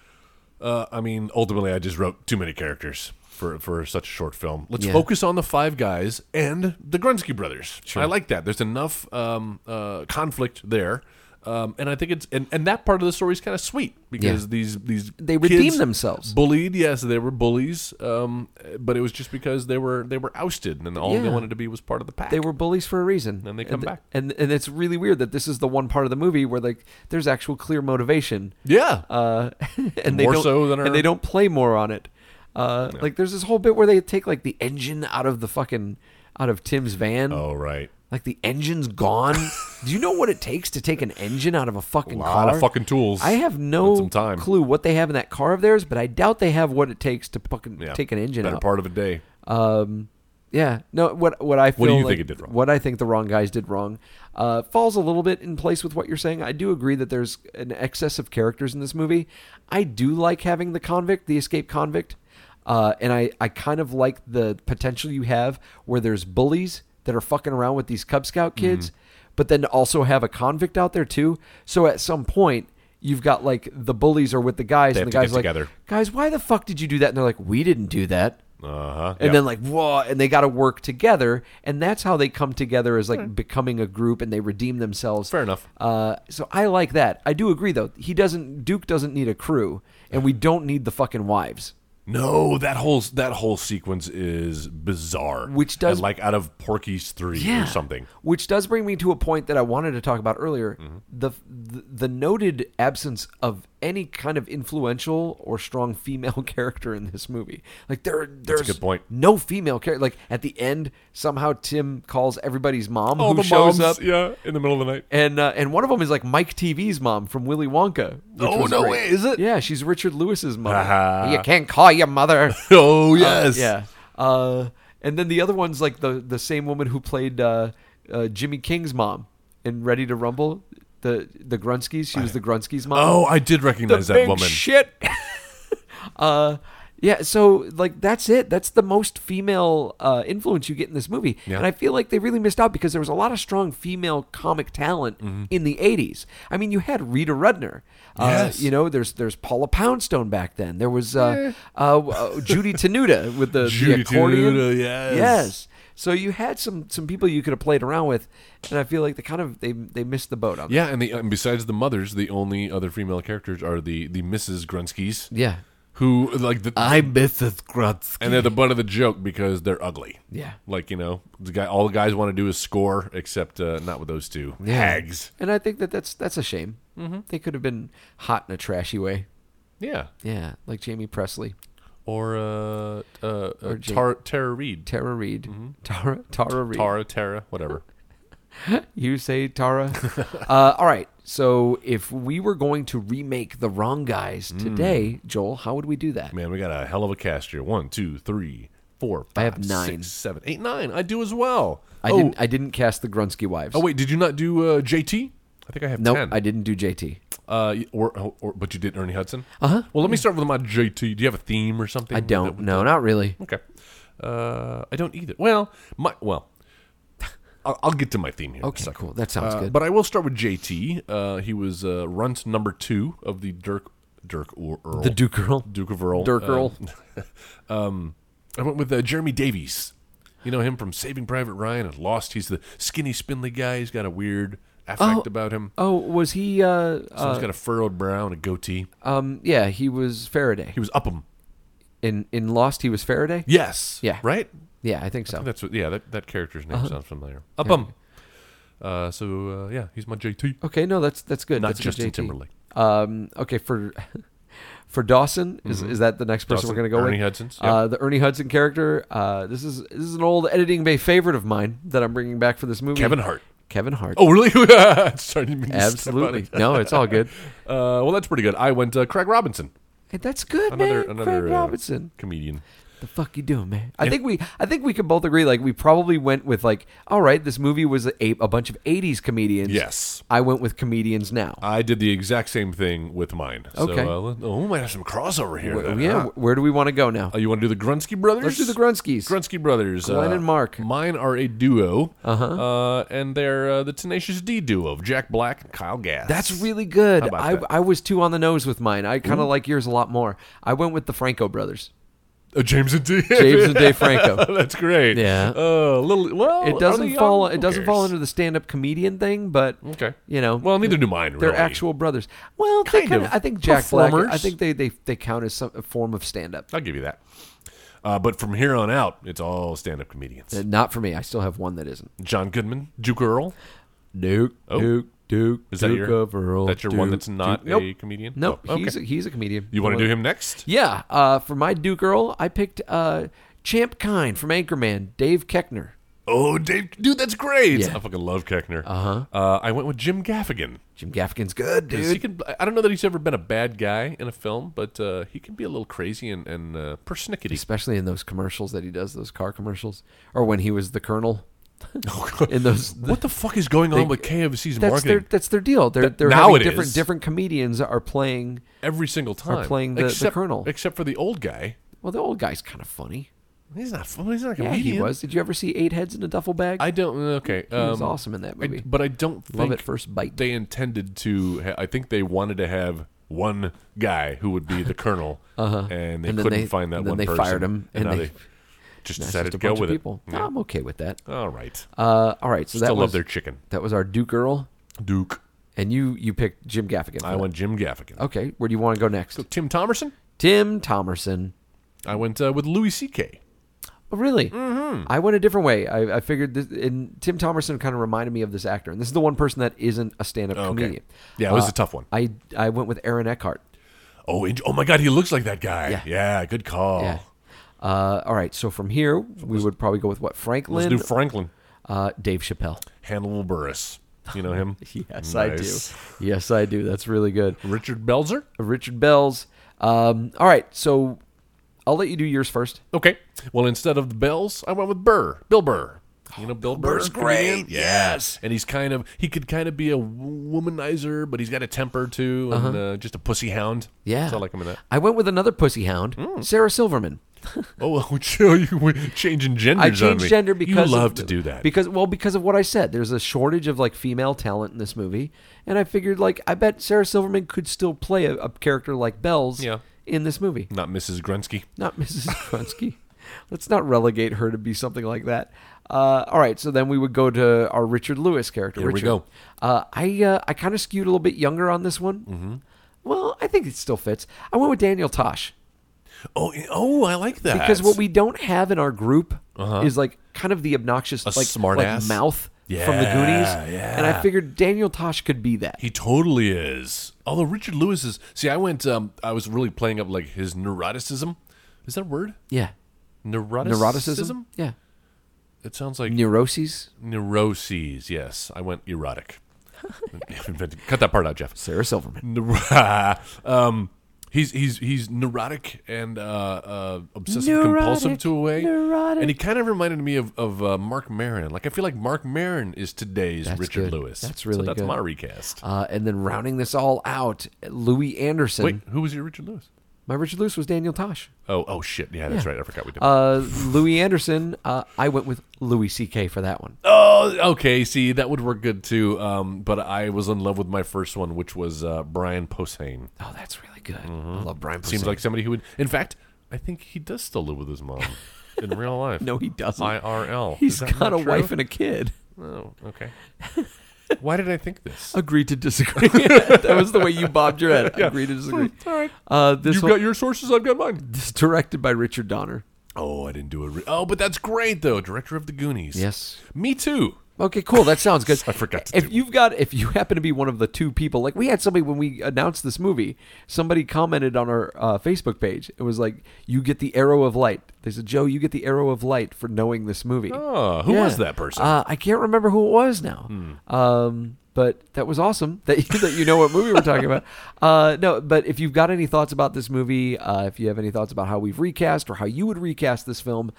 [SPEAKER 4] Uh, I mean, ultimately, I just wrote too many characters for, for such a short film. Let's
[SPEAKER 3] Yeah.
[SPEAKER 4] focus on the five guys and the Grunsky brothers. I like that. There's enough um, uh, conflict there. Um, and I think it's and, and that part of the story is kind of sweet because
[SPEAKER 3] Yeah.
[SPEAKER 4] these these
[SPEAKER 3] They
[SPEAKER 4] kids
[SPEAKER 3] redeem themselves.
[SPEAKER 4] Bullied, yes, they were bullies, um, but it was just because they were they were ousted and all they
[SPEAKER 3] Yeah.
[SPEAKER 4] wanted to be was part of the pack.
[SPEAKER 3] they were bullies for a reason.
[SPEAKER 4] Then they come
[SPEAKER 3] and,
[SPEAKER 4] back.
[SPEAKER 3] and and it's really weird that this is the one part of the movie where like there's actual clear motivation.
[SPEAKER 4] yeah.
[SPEAKER 3] Uh, and they
[SPEAKER 4] More
[SPEAKER 3] don't,
[SPEAKER 4] so than our-
[SPEAKER 3] and they don't play more on it. Uh, Like there's this whole bit where they take like the engine out of the fucking out of Tim's van.
[SPEAKER 4] oh right,
[SPEAKER 3] Like the engine's gone. Do you know what it takes to take an engine out of a fucking
[SPEAKER 4] Lot
[SPEAKER 3] car?
[SPEAKER 4] of fucking tools
[SPEAKER 3] I have
[SPEAKER 4] and
[SPEAKER 3] no
[SPEAKER 4] some time.
[SPEAKER 3] clue what they have in that car of theirs, but I doubt they have what it takes to fucking
[SPEAKER 4] yeah.
[SPEAKER 3] take an engine
[SPEAKER 4] Better
[SPEAKER 3] out.
[SPEAKER 4] part of a day.
[SPEAKER 3] Um, yeah. No. What what I feel
[SPEAKER 4] do you
[SPEAKER 3] like-
[SPEAKER 4] think it did wrong?
[SPEAKER 3] What I think the wrong guys did wrong uh, falls a little bit in place with what you're saying. I do agree that there's an excess of characters in this movie. I do like having the convict, the escape convict, uh, and I I kind of like the potential you have where there's bullies that are fucking around with these Cub Scout
[SPEAKER 4] Mm-hmm.
[SPEAKER 3] kids, but then to also have a convict out there too. So at some point. You've got like the bullies are with the guys,
[SPEAKER 4] They
[SPEAKER 3] and the
[SPEAKER 4] have to
[SPEAKER 3] guys
[SPEAKER 4] get
[SPEAKER 3] like,
[SPEAKER 4] together.
[SPEAKER 3] guys, why the fuck did you do that? And they're like, we didn't do that
[SPEAKER 4] Uh huh.
[SPEAKER 3] and then like whoa and they got to work together and that's how they come together as like becoming a group and they redeem themselves
[SPEAKER 4] Fair enough.
[SPEAKER 3] uh, so i like that i do agree though he doesn't duke doesn't need a crew and we don't need the fucking wives
[SPEAKER 4] No, that whole that whole sequence is bizarre.
[SPEAKER 3] Which does-
[SPEAKER 4] And, like out of Porky's three or something.
[SPEAKER 3] which does bring me to a point that i wanted to talk about earlier
[SPEAKER 4] Mm-hmm.
[SPEAKER 3] the, the the noted absence of any kind of influential or strong female character in this movie like there there's
[SPEAKER 4] good point.
[SPEAKER 3] no female character like at the end somehow tim calls everybody's mom
[SPEAKER 4] All
[SPEAKER 3] who
[SPEAKER 4] the
[SPEAKER 3] shows
[SPEAKER 4] moms,
[SPEAKER 3] up
[SPEAKER 4] yeah, in the middle of the night.
[SPEAKER 3] and uh, and one of them is like Mike TV's mom from Willy Wonka. which
[SPEAKER 4] Oh,
[SPEAKER 3] was
[SPEAKER 4] no
[SPEAKER 3] great.
[SPEAKER 4] way, is it?
[SPEAKER 3] Yeah, she's Richard Lewis's mother.
[SPEAKER 4] Uh-huh.
[SPEAKER 3] You can't call your mother.
[SPEAKER 4] Oh yes,
[SPEAKER 3] yeah. Uh, and then the other one's like the the same woman who played uh, uh, Jimmy King's mom in Ready to Rumble. The the Grunskys. She was the Grunskys' mom.
[SPEAKER 4] Oh, I did
[SPEAKER 3] the
[SPEAKER 4] recognize that
[SPEAKER 3] big
[SPEAKER 4] woman.
[SPEAKER 3] shit. uh, Yeah, so like that's it. That's the most female uh, influence you get in this movie,
[SPEAKER 4] Yeah.
[SPEAKER 3] and I feel like they really missed out because there was a lot of strong female comic talent
[SPEAKER 4] Mm-hmm.
[SPEAKER 3] in the '80s. I mean, you had Rita Rudner.
[SPEAKER 4] Yes.
[SPEAKER 3] Uh, you know, there's there's Paula Poundstone back then. There was uh, uh, uh, Judy Tenuta with the, the
[SPEAKER 4] Judy
[SPEAKER 3] accordion.
[SPEAKER 4] Tenuta, yes.
[SPEAKER 3] Yes. So you had some some people you could have played around with, and I feel like they kind of they they missed the boat on.
[SPEAKER 4] Yeah, and the and besides the mothers, the only other female characters are the the Mrs. Grunskys.
[SPEAKER 3] that. Yeah.
[SPEAKER 4] Who like the
[SPEAKER 3] I'm Mrs. Grunts.
[SPEAKER 4] and they're the butt of the joke because they're ugly.
[SPEAKER 3] Yeah.
[SPEAKER 4] Like, you know, the guy all the guys want to do is score except uh, not with those two.
[SPEAKER 3] Yeah.
[SPEAKER 4] Hags.
[SPEAKER 3] And I think that that's that's a shame. They could have been hot in a trashy way.
[SPEAKER 4] Yeah.
[SPEAKER 3] Yeah, like Jamie Presley,
[SPEAKER 4] Or uh uh, uh
[SPEAKER 3] Jane-
[SPEAKER 4] Tara, Tara Reed.
[SPEAKER 3] Tara Reed, Tara Mm-hmm. Tara Reed.
[SPEAKER 4] Tara Tara whatever.
[SPEAKER 3] You say Tara? uh, all right. So if we were going to remake The Wrong Guys today, Joel, how would we do that?
[SPEAKER 4] Man, we got a hell of a cast here. One, two, three, four,
[SPEAKER 3] I
[SPEAKER 4] five,
[SPEAKER 3] have nine.
[SPEAKER 4] six, seven, eight, nine. I do as well.
[SPEAKER 3] I
[SPEAKER 4] oh,
[SPEAKER 3] didn't. I didn't cast the Grunsky wives.
[SPEAKER 4] oh, wait, did you not do uh, JT? I think I have
[SPEAKER 3] no,
[SPEAKER 4] ten.
[SPEAKER 3] I didn't do JT.
[SPEAKER 4] Uh, y- or, or, or but you did Ernie Hudson. Uh huh. Well, let me start with my JT. Do you have a theme or something?
[SPEAKER 3] Uh-huh. I
[SPEAKER 4] that
[SPEAKER 3] don't.
[SPEAKER 4] we-
[SPEAKER 3] No, not really.
[SPEAKER 4] Okay. Uh, I don't either. Well, my well, I'll, I'll get to my theme here. in a
[SPEAKER 3] Okay,
[SPEAKER 4] second.
[SPEAKER 3] cool. That sounds
[SPEAKER 4] Uh,
[SPEAKER 3] good.
[SPEAKER 4] But I will start with JT. Uh, he was uh, runt number two of the Dirk Dirk or Earl
[SPEAKER 3] The Duke Earl.
[SPEAKER 4] Duke of Earl
[SPEAKER 3] Dirk
[SPEAKER 4] Um,
[SPEAKER 3] Earl.
[SPEAKER 4] I went with uh, Jeremy Davies. You know him from Saving Private Ryan and Lost. He's the skinny, spindly guy. He's got a weird affect
[SPEAKER 3] Oh.
[SPEAKER 4] about him.
[SPEAKER 3] Oh, was he? Uh,
[SPEAKER 4] So he's
[SPEAKER 3] uh,
[SPEAKER 4] got a furrowed brow and a goatee.
[SPEAKER 3] um, yeah, he was Faraday.
[SPEAKER 4] He was Upham.
[SPEAKER 3] In in Lost, he was Faraday.
[SPEAKER 4] Yes.
[SPEAKER 3] Yeah. Uh-huh.
[SPEAKER 4] Right.
[SPEAKER 3] Yeah, I think so.
[SPEAKER 4] That's what, yeah. That, that character's name sounds familiar. Upham. Uh, so uh, yeah, he's my JT.
[SPEAKER 3] Okay, no, that's that's good.
[SPEAKER 4] Not
[SPEAKER 3] that's a good
[SPEAKER 4] Justin
[SPEAKER 3] JT.
[SPEAKER 4] Timberlake.
[SPEAKER 3] Um, okay, for for Dawson is is that the next person
[SPEAKER 4] Mm-hmm. Dawson,
[SPEAKER 3] we're gonna go
[SPEAKER 4] Ernie
[SPEAKER 3] with?
[SPEAKER 4] Hudson's,
[SPEAKER 3] Uh, the Ernie Hudson character. Uh, this is this is an old editing bay favorite of mine that I'm bringing back for this movie.
[SPEAKER 4] Kevin Hart.
[SPEAKER 3] Kevin Hart.
[SPEAKER 4] Oh really? It's starting to
[SPEAKER 3] absolutely. no, it's all good.
[SPEAKER 4] Uh, well, that's pretty good. I went uh, Craig Robinson.
[SPEAKER 3] Hey, that's good,
[SPEAKER 4] Another
[SPEAKER 3] man.
[SPEAKER 4] another
[SPEAKER 3] Craig
[SPEAKER 4] uh,
[SPEAKER 3] Robinson.
[SPEAKER 4] comedian.
[SPEAKER 3] The fuck you doing, man? I think we I think we could both agree. Like we probably went with like, all right, this movie was a, a bunch of '80s comedians.
[SPEAKER 4] Yes.
[SPEAKER 3] I went with comedians now.
[SPEAKER 4] I did the exact same thing with mine.
[SPEAKER 3] Okay.
[SPEAKER 4] So, uh, let- oh, we might have some crossover here.
[SPEAKER 3] Wh-
[SPEAKER 4] then,
[SPEAKER 3] yeah,
[SPEAKER 4] huh?
[SPEAKER 3] wh- where do we want to go now?
[SPEAKER 4] Uh, you want to do the Grunsky brothers?
[SPEAKER 3] Let's do the Grunskys.
[SPEAKER 4] Grunsky brothers.
[SPEAKER 3] Glenn
[SPEAKER 4] uh,
[SPEAKER 3] and Mark. Uh-huh.
[SPEAKER 4] Mine are a duo. Uh, and they're uh, the Tenacious D duo of Jack Black and Kyle Gass.
[SPEAKER 3] That's really good.
[SPEAKER 4] How about
[SPEAKER 3] I,
[SPEAKER 4] that? Mm-hmm.
[SPEAKER 3] I was too on the nose with mine. I kind of like yours a lot more. I went with the Franco brothers,
[SPEAKER 4] Uh, James and D.
[SPEAKER 3] James and Dave Franco.
[SPEAKER 4] That's great.
[SPEAKER 3] Yeah.
[SPEAKER 4] Uh, little. Well,
[SPEAKER 3] It
[SPEAKER 4] are they
[SPEAKER 3] doesn't
[SPEAKER 4] young?
[SPEAKER 3] fall.
[SPEAKER 4] Who
[SPEAKER 3] It doesn't fall
[SPEAKER 4] cares?
[SPEAKER 3] under the stand-up comedian thing, but
[SPEAKER 4] Okay.
[SPEAKER 3] you know,
[SPEAKER 4] Well, neither do mine.
[SPEAKER 3] they're
[SPEAKER 4] really.
[SPEAKER 3] actual brothers. Well, they
[SPEAKER 4] Kind
[SPEAKER 3] kinda,
[SPEAKER 4] of.
[SPEAKER 3] I think Jack Black. I
[SPEAKER 4] Performers.
[SPEAKER 3] think they they, they count as some a form of stand-up.
[SPEAKER 4] I'll give you that. Uh, but from here on out, it's all stand-up comedians.
[SPEAKER 3] Uh, Not for me. I still have one that isn't.
[SPEAKER 4] John Goodman, Duke Earl.
[SPEAKER 3] Duke,
[SPEAKER 4] Oh.
[SPEAKER 3] Duke, Duke,
[SPEAKER 4] Is that
[SPEAKER 3] Duke
[SPEAKER 4] your
[SPEAKER 3] of Earl.
[SPEAKER 4] that's your one
[SPEAKER 3] Duke,
[SPEAKER 4] that's not
[SPEAKER 3] Duke. Nope.
[SPEAKER 4] a comedian?
[SPEAKER 3] Nope,
[SPEAKER 4] Oh, okay.
[SPEAKER 3] he's a, he's a comedian.
[SPEAKER 4] you want to do him next?
[SPEAKER 3] Yeah, uh, for my Duke Earl, I picked uh, Champ Kine from Anchorman, Dave Keckner.
[SPEAKER 4] Oh, Dave, dude, that's great!
[SPEAKER 3] Yeah.
[SPEAKER 4] I fucking love Keckner. Uh-huh. I went with Jim Gaffigan.
[SPEAKER 3] Jim Gaffigan's good,
[SPEAKER 4] 'Cause
[SPEAKER 3] dude.
[SPEAKER 4] He can, I don't know that he's ever been a bad guy in a film, but uh, he can be a little crazy and, and uh, persnickety.
[SPEAKER 3] Especially in those commercials that he does, those car commercials, or when he was the colonel. in those,
[SPEAKER 4] what the fuck is going on with KFC's
[SPEAKER 3] that's
[SPEAKER 4] marketing
[SPEAKER 3] their that's their deal. They're they're
[SPEAKER 4] now
[SPEAKER 3] having
[SPEAKER 4] it
[SPEAKER 3] different
[SPEAKER 4] is.
[SPEAKER 3] different comedians are playing.
[SPEAKER 4] every single time?
[SPEAKER 3] playing the- the
[SPEAKER 4] except,
[SPEAKER 3] Colonel.
[SPEAKER 4] except for the old guy.
[SPEAKER 3] Well, the old guy's kind of funny.
[SPEAKER 4] He's not. fu- He's not a
[SPEAKER 3] Yeah,
[SPEAKER 4] comedian.
[SPEAKER 3] he was. Did you ever see Eight Heads in a Duffel Bag?
[SPEAKER 4] I don't. Okay,
[SPEAKER 3] he was
[SPEAKER 4] um,
[SPEAKER 3] awesome in that
[SPEAKER 4] I-
[SPEAKER 3] movie.
[SPEAKER 4] but I don't think
[SPEAKER 3] Love at First Bite.
[SPEAKER 4] They intended to. Ha- I think they wanted to have one guy who would be the colonel, and they
[SPEAKER 3] Uh-huh. And then
[SPEAKER 4] couldn't
[SPEAKER 3] they-
[SPEAKER 4] find that
[SPEAKER 3] and then
[SPEAKER 4] one
[SPEAKER 3] they
[SPEAKER 4] person.
[SPEAKER 3] fired him,
[SPEAKER 4] and,
[SPEAKER 3] and
[SPEAKER 4] now they,
[SPEAKER 3] they-
[SPEAKER 4] just
[SPEAKER 3] That's
[SPEAKER 4] decided
[SPEAKER 3] just a
[SPEAKER 4] to go
[SPEAKER 3] bunch
[SPEAKER 4] with
[SPEAKER 3] of people.
[SPEAKER 4] it.
[SPEAKER 3] No, I'm okay with that.
[SPEAKER 4] All right,
[SPEAKER 3] Uh, all right, so that
[SPEAKER 4] still
[SPEAKER 3] was
[SPEAKER 4] love their chicken.
[SPEAKER 3] that was our Duke Earl,
[SPEAKER 4] Duke.
[SPEAKER 3] and you you picked Jim Gaffigan. for
[SPEAKER 4] I
[SPEAKER 3] that.
[SPEAKER 4] went Jim Gaffigan.
[SPEAKER 3] Okay, where do you want to go next?
[SPEAKER 4] Tim Thomerson.
[SPEAKER 3] Tim Thomerson.
[SPEAKER 4] I went uh, with Louis C.K.
[SPEAKER 3] Oh, really? Mm-hmm. I went a different way. I, I figured this, and Tim Thomerson kind of reminded me of this actor, and this is the one person that isn't a stand-up comedian.
[SPEAKER 4] Oh,
[SPEAKER 3] Uh,
[SPEAKER 4] Yeah, it was a tough one.
[SPEAKER 3] I I went with Aaron Eckhart.
[SPEAKER 4] Oh, and, oh my God, he looks like that guy.
[SPEAKER 3] Yeah.
[SPEAKER 4] Yeah, good call.
[SPEAKER 3] Yeah. Uh, all right, so from here we would probably go with what
[SPEAKER 4] Let's
[SPEAKER 3] Franklin,
[SPEAKER 4] do Franklin.
[SPEAKER 3] uh, Dave Chappelle.
[SPEAKER 4] Hannibal Burris. You know him?
[SPEAKER 3] Yes,
[SPEAKER 4] Nice.
[SPEAKER 3] I do. Yes, I do. That's really good. Uh,
[SPEAKER 4] Richard Belzer.
[SPEAKER 3] Richard Bells. Um, all right, so I'll let you do yours first.
[SPEAKER 4] Okay. Well, instead of the bells, I went with Burr, Bill Burr. You know, Bill Burr's
[SPEAKER 3] Oh, great,
[SPEAKER 4] comedian? Yeah. And he's kind of he could kind of be a w- womanizer, but he's got a temper too, and uh, just a pussy hound.
[SPEAKER 3] Uh-huh. Yeah.
[SPEAKER 4] so I like him in that.
[SPEAKER 3] I went with another pussy hound,
[SPEAKER 4] Mm.
[SPEAKER 3] Sarah Silverman.
[SPEAKER 4] Oh, well, Joe, you were changing genders
[SPEAKER 3] I
[SPEAKER 4] on
[SPEAKER 3] changed
[SPEAKER 4] me.
[SPEAKER 3] gender because
[SPEAKER 4] you love
[SPEAKER 3] of-
[SPEAKER 4] to do that.
[SPEAKER 3] Because well, because of what I said, there's a shortage of like female talent in this movie, and I figured like I bet Sarah Silverman could still play a, a character like Bells
[SPEAKER 4] Yeah.
[SPEAKER 3] in this movie,
[SPEAKER 4] Not Mrs. Grunsky.
[SPEAKER 3] not Mrs. Krunsky. Let's not relegate her to be something like that. Uh, all right, so then we would go to our Richard Lewis character.
[SPEAKER 4] Here we
[SPEAKER 3] Richard.
[SPEAKER 4] go.
[SPEAKER 3] Uh, I uh, I kind of skewed a little bit younger on this one. Mm-hmm. Well, I think it still fits. I went with Daniel Tosh.
[SPEAKER 4] Oh, oh, I like that.
[SPEAKER 3] Because what we don't have in our group is like kind of the obnoxious
[SPEAKER 4] Uh-huh. A
[SPEAKER 3] like,
[SPEAKER 4] smart
[SPEAKER 3] like
[SPEAKER 4] ass?
[SPEAKER 3] mouth from the Goonies.
[SPEAKER 4] Yeah,
[SPEAKER 3] And I
[SPEAKER 4] yeah.
[SPEAKER 3] figured Daniel Tosh could be that.
[SPEAKER 4] He totally is. Although Richard Lewis is. See, I went. Um, I was really playing up like his neuroticism. Is that a word?
[SPEAKER 3] yeah.
[SPEAKER 4] Neuroticism.
[SPEAKER 3] Neuroticism? Yeah.
[SPEAKER 4] It sounds like
[SPEAKER 3] Neuroses.
[SPEAKER 4] neuroses. Yes, I went erotic. Cut that part out, Jeff.
[SPEAKER 3] Sarah Silverman.
[SPEAKER 4] Neur- um, he's he's he's neurotic and uh, uh, obsessive compulsive
[SPEAKER 3] Neurotic,
[SPEAKER 4] to a way,
[SPEAKER 3] neurotic.
[SPEAKER 4] and he kind of reminded me of of uh, Mark Maron. Like I feel like Mark Maron is today's
[SPEAKER 3] That's
[SPEAKER 4] Richard
[SPEAKER 3] good.
[SPEAKER 4] Lewis.
[SPEAKER 3] That's really
[SPEAKER 4] so that's
[SPEAKER 3] good.
[SPEAKER 4] my recast.
[SPEAKER 3] Uh, and then rounding this all out, Louis Anderson.
[SPEAKER 4] Wait, who was your Richard Lewis?
[SPEAKER 3] My Richard Lewis was Daniel Tosh.
[SPEAKER 4] Oh oh shit, yeah, that's right. I forgot we did.
[SPEAKER 3] Uh, Louis Anderson, uh, I went with Louis C.K. for that one.
[SPEAKER 4] oh okay, see that would work good too. Um, but I was in love with my first one, which was uh, Brian Posehn.
[SPEAKER 3] Oh, that's really good.
[SPEAKER 4] Mm-hmm.
[SPEAKER 3] I love Brian
[SPEAKER 4] Seems
[SPEAKER 3] Posehn.
[SPEAKER 4] like somebody who would. In fact, I think he does still live with his mom. In real life,
[SPEAKER 3] No, he doesn't.
[SPEAKER 4] IRL.
[SPEAKER 3] He's
[SPEAKER 4] Is that
[SPEAKER 3] got a
[SPEAKER 4] not true?
[SPEAKER 3] wife and a kid.
[SPEAKER 4] Oh, okay. Why did I think this?
[SPEAKER 3] Agree to disagree. that was the way you bobbed your head. Agree to disagree.
[SPEAKER 4] All right.
[SPEAKER 3] Uh, this
[SPEAKER 4] You've
[SPEAKER 3] one-
[SPEAKER 4] got your sources, I've got mine.
[SPEAKER 3] This is directed by Richard Donner.
[SPEAKER 4] Oh, I didn't do it. Re- oh, but that's great, though. Director of the Goonies.
[SPEAKER 3] Yes.
[SPEAKER 4] Me too.
[SPEAKER 3] Okay, cool. That sounds good.
[SPEAKER 4] I forgot to
[SPEAKER 3] if
[SPEAKER 4] do it.
[SPEAKER 3] you've got, if you happen to be one of the two people, like we had somebody when we announced this movie, somebody commented on our uh, Facebook page. It was like, "You get the arrow of light." They said, "Joe, you get the arrow of light for knowing this movie."
[SPEAKER 4] Oh, who
[SPEAKER 3] Yeah.
[SPEAKER 4] was that person?
[SPEAKER 3] Uh, I can't remember who it was now. Um, but that was awesome that you, that you know what movie we're talking about. Uh, no, but if you've got any thoughts about this movie, uh, if you have any thoughts about how we've recast or how you would recast this film,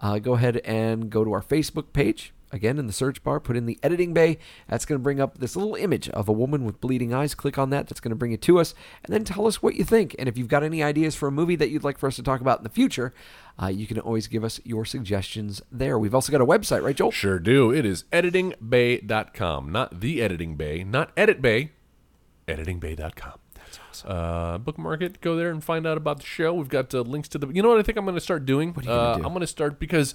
[SPEAKER 3] uh, go ahead and go to our Facebook page. Again, in the search bar, put in the editing bay. That's going to bring up this little image of a woman with bleeding eyes. Click on that. That's going to bring it to us. And then tell us what you think. And if you've got any ideas for a movie that you'd like for us to talk about in the future, uh, you can always give us your suggestions there. We've also got a website, right, Joel?
[SPEAKER 4] sure do. It is editingbay.com. Not the editing bay, not edit bay. Editingbay.com. That's awesome. Uh, bookmark it. Go there and find out about the show. We've got uh, links to the. You know what I think I'm going to start doing? What
[SPEAKER 3] are you gonna do?
[SPEAKER 4] I'm going to start because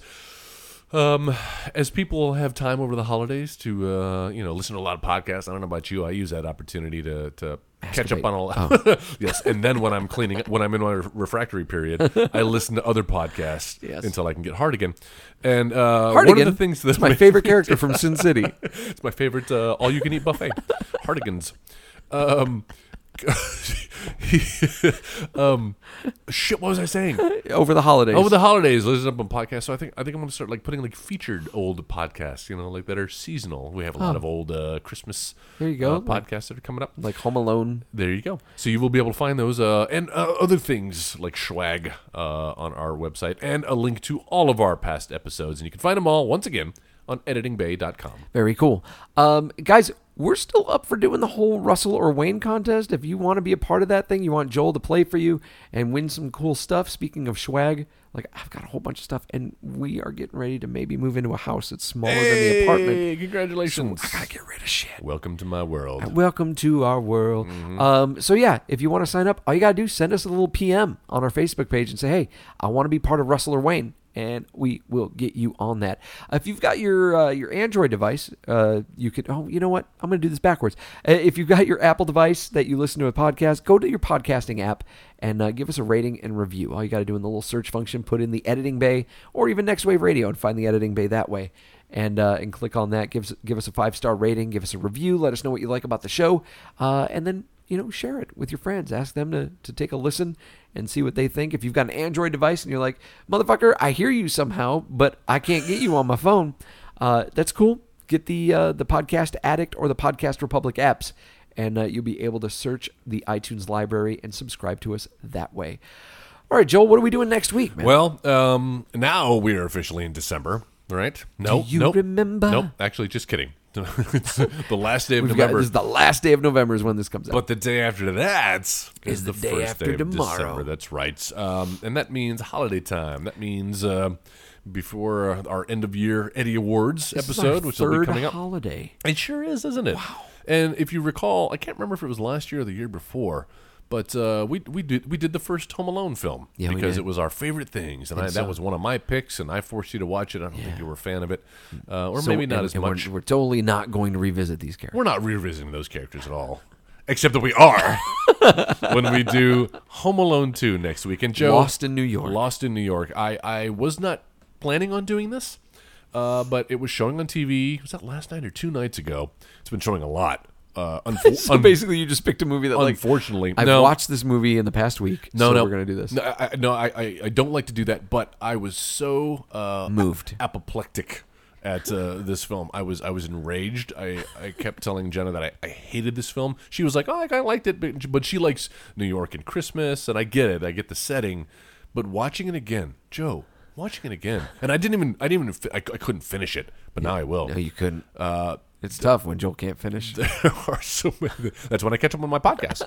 [SPEAKER 4] Um, as people have time over the holidays to, uh, you know, listen to a lot of podcasts. I don't know about you. I use that opportunity to, to catch up on a lot.
[SPEAKER 3] Oh.
[SPEAKER 4] yes, and then when I'm cleaning, when I'm in my refractory period, I listen to other podcasts
[SPEAKER 3] Yes.
[SPEAKER 4] until I can get hard again. And uh, one
[SPEAKER 3] Hardigan.
[SPEAKER 4] of the things that
[SPEAKER 3] It's my
[SPEAKER 4] made-
[SPEAKER 3] favorite character from Sin City.
[SPEAKER 4] it's my favorite uh, all you can eat buffet. Hardigans. Um, um, shit. What was I saying?
[SPEAKER 3] Over the holidays.
[SPEAKER 4] Over the holidays, listen up on podcasts. So I think I think I'm gonna start like putting like featured old podcasts, you know, like that are seasonal. We have a lot of old uh, Christmas
[SPEAKER 3] Oh. There you go.
[SPEAKER 4] uh, podcasts that are coming up.
[SPEAKER 3] like Home Alone.
[SPEAKER 4] There you go. So you will be able to find those uh, and uh, other things like swag uh, on our website and a link to all of our past episodes, and you can find them all once again on editingbay.com.
[SPEAKER 3] Very cool. Um, guys, we're still up for doing the whole Russell or Wayne contest. If you want to be a part of that thing, you want Joel to play for you and win some cool stuff. Speaking of swag, like I've got a whole bunch of stuff, and we are getting ready to maybe move into a house that's smaller than the apartment.
[SPEAKER 4] Hey, congratulations!
[SPEAKER 3] I gotta get rid of shit.
[SPEAKER 4] Welcome to my world.
[SPEAKER 3] Welcome to our world. Um, so yeah, if you want to sign up, all you gotta do send us a little PM on our Facebook page and say, "Hey, I want to be part of Russell or Wayne," and we will get you on that. If you've got your uh, your Android device, uh, you could. Oh, you know what? I'm gonna do this backwards. Uh, If you've got your Apple device that you listen to a podcast, go to your podcasting app and uh, give us a rating and review. All you gotta do in the little search function, put in the editing bay or even Next Wave Radio and find the editing bay that way and uh, and click on that. Give us, give us a five star rating. Give us a review. Let us know what you like about the show, uh, and then you know share it with your friends. Ask them to to take a listen and see what they think. If you've got an Android device and you're like, motherfucker, I hear you somehow, but I can't get you on my phone. Uh, that's cool. Get the uh, the Podcast Addict or the Podcast Republic apps. And uh, you'll be able to search the iTunes library and subscribe to us that way. All right, Joel, what are we doing next week, man?
[SPEAKER 4] Well, um, now we are officially in December. All right. No.
[SPEAKER 3] you
[SPEAKER 4] nope.
[SPEAKER 3] remember?
[SPEAKER 4] Nope. Actually, just kidding. it's the last day of
[SPEAKER 3] We've got,
[SPEAKER 4] November.
[SPEAKER 3] this is the last day of November is when this comes out.
[SPEAKER 4] But the day after that is,
[SPEAKER 3] Is
[SPEAKER 4] the,
[SPEAKER 3] the day
[SPEAKER 4] first
[SPEAKER 3] after
[SPEAKER 4] day of
[SPEAKER 3] tomorrow.
[SPEAKER 4] December. That's right. Um, and that means holiday time. That means uh, before uh, our end of year Eddie Awards
[SPEAKER 3] This is our
[SPEAKER 4] episode, which will be
[SPEAKER 3] third
[SPEAKER 4] coming up.
[SPEAKER 3] holiday.
[SPEAKER 4] It sure is, isn't it? Wow. And if you recall, I can't remember if it was last year or the year before, but uh, we we did we did the first Home Alone film
[SPEAKER 3] Yeah, we
[SPEAKER 4] because
[SPEAKER 3] did.
[SPEAKER 4] it was our favorite things, and I, that
[SPEAKER 3] so.
[SPEAKER 4] was one of my picks, and I forced you to watch it. I don't think
[SPEAKER 3] Yeah.
[SPEAKER 4] you were a fan of it, uh, or
[SPEAKER 3] So-
[SPEAKER 4] maybe not
[SPEAKER 3] and-
[SPEAKER 4] as
[SPEAKER 3] and
[SPEAKER 4] much.
[SPEAKER 3] We're, we're totally not going to revisit these characters.
[SPEAKER 4] We're not revisiting those characters at all, except that we are when we do Home Alone 2 next week. And Joe,
[SPEAKER 3] Lost in New York.
[SPEAKER 4] Lost in New York. I, I was not planning on doing this, uh, but it was showing on TV. Was that last night or two nights ago? It's been showing a lot. Uh, unfo-
[SPEAKER 3] so
[SPEAKER 4] un-
[SPEAKER 3] basically, you just picked a movie that, like,
[SPEAKER 4] unfortunately,
[SPEAKER 3] I've
[SPEAKER 4] no.
[SPEAKER 3] watched this movie in the past week.
[SPEAKER 4] no,
[SPEAKER 3] so
[SPEAKER 4] no,
[SPEAKER 3] we're gonna do this.
[SPEAKER 4] No, I, I- no, I, I, I don't like to do that. But I was so uh,
[SPEAKER 3] Moved.
[SPEAKER 4] apoplectic at uh, this film. I was I was enraged. I, I kept telling Jenna that I, I hated this film. She was like, "Oh, I liked it," but, but she likes New York and Christmas, and I get it. I get the setting, but watching it again, Joe, watching it again, and I didn't even I didn't even fi- I, c- I couldn't finish it, but now I will.
[SPEAKER 3] No, you couldn't.
[SPEAKER 4] uh,
[SPEAKER 3] It's tough when Joel can't finish.
[SPEAKER 4] there are so many. That's when I catch up on my podcast.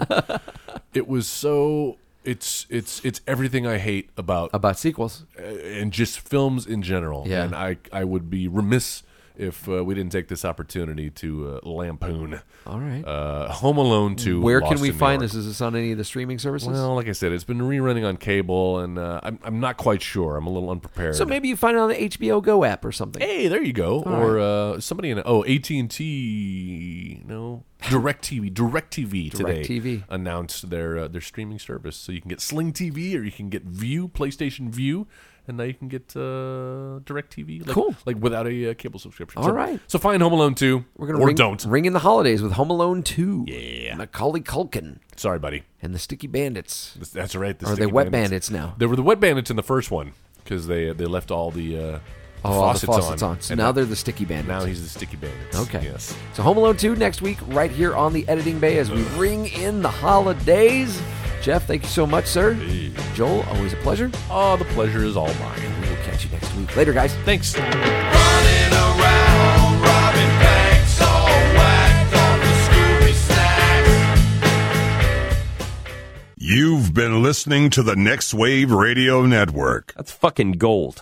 [SPEAKER 4] it was so. It's it's it's everything I hate about uh,
[SPEAKER 3] About sequels.
[SPEAKER 4] and just films in general.
[SPEAKER 3] Yeah.
[SPEAKER 4] And I, I would be remiss if uh, we didn't take this opportunity to uh, lampoon
[SPEAKER 3] All right.
[SPEAKER 4] uh, Home Alone 2.
[SPEAKER 3] Where can
[SPEAKER 4] Lost
[SPEAKER 3] we
[SPEAKER 4] in New
[SPEAKER 3] find
[SPEAKER 4] York.
[SPEAKER 3] this? Is this on any of the streaming services?
[SPEAKER 4] Well, like I said, it's been rerunning on cable, and uh, I'm, I'm not quite sure. I'm a little unprepared.
[SPEAKER 3] so maybe you find it on the HBO Go app or something.
[SPEAKER 4] Hey, there you go. or uh, somebody in oh AT and T no DirecTV DirecTV today
[SPEAKER 3] DirecTV.
[SPEAKER 4] announced their uh, their streaming service, so you can get Sling TV or you can get View PlayStation View, and now you can get uh, DirecTV. Like,
[SPEAKER 3] Cool.
[SPEAKER 4] like without a uh, cable subscription.
[SPEAKER 3] All
[SPEAKER 4] so,
[SPEAKER 3] right.
[SPEAKER 4] so find Home Alone two
[SPEAKER 3] We're gonna
[SPEAKER 4] or
[SPEAKER 3] ring,
[SPEAKER 4] don't.
[SPEAKER 3] ring in the holidays with Home Alone Two. Yeah. Macaulay Culkin
[SPEAKER 4] Sorry, buddy.
[SPEAKER 3] and the Sticky Bandits.
[SPEAKER 4] That's- That's right. The
[SPEAKER 3] Are they
[SPEAKER 4] Sticky
[SPEAKER 3] wet bandits now?
[SPEAKER 4] They were the wet bandits in the first one because they they left all the, uh, the
[SPEAKER 3] Oh, all the
[SPEAKER 4] faucets,
[SPEAKER 3] faucets on. So
[SPEAKER 4] and
[SPEAKER 3] now they're the Sticky Bandits.
[SPEAKER 4] now he's the sticky bandits.
[SPEAKER 3] Okay.
[SPEAKER 4] Yes.
[SPEAKER 3] So Home Alone 2 next week, right here on the Editing Bay as we ring in the holidays. Jeff, thank you so much, sir. Joel, always a pleasure.
[SPEAKER 4] Oh, the pleasure is all mine.
[SPEAKER 3] We will catch you next week. Later, guys.
[SPEAKER 4] Thanks.
[SPEAKER 5] Running around, robbing banks, all whacked on the Scooby Snacks.
[SPEAKER 1] You've been listening to the Next Wave Radio Network.
[SPEAKER 6] That's fucking gold.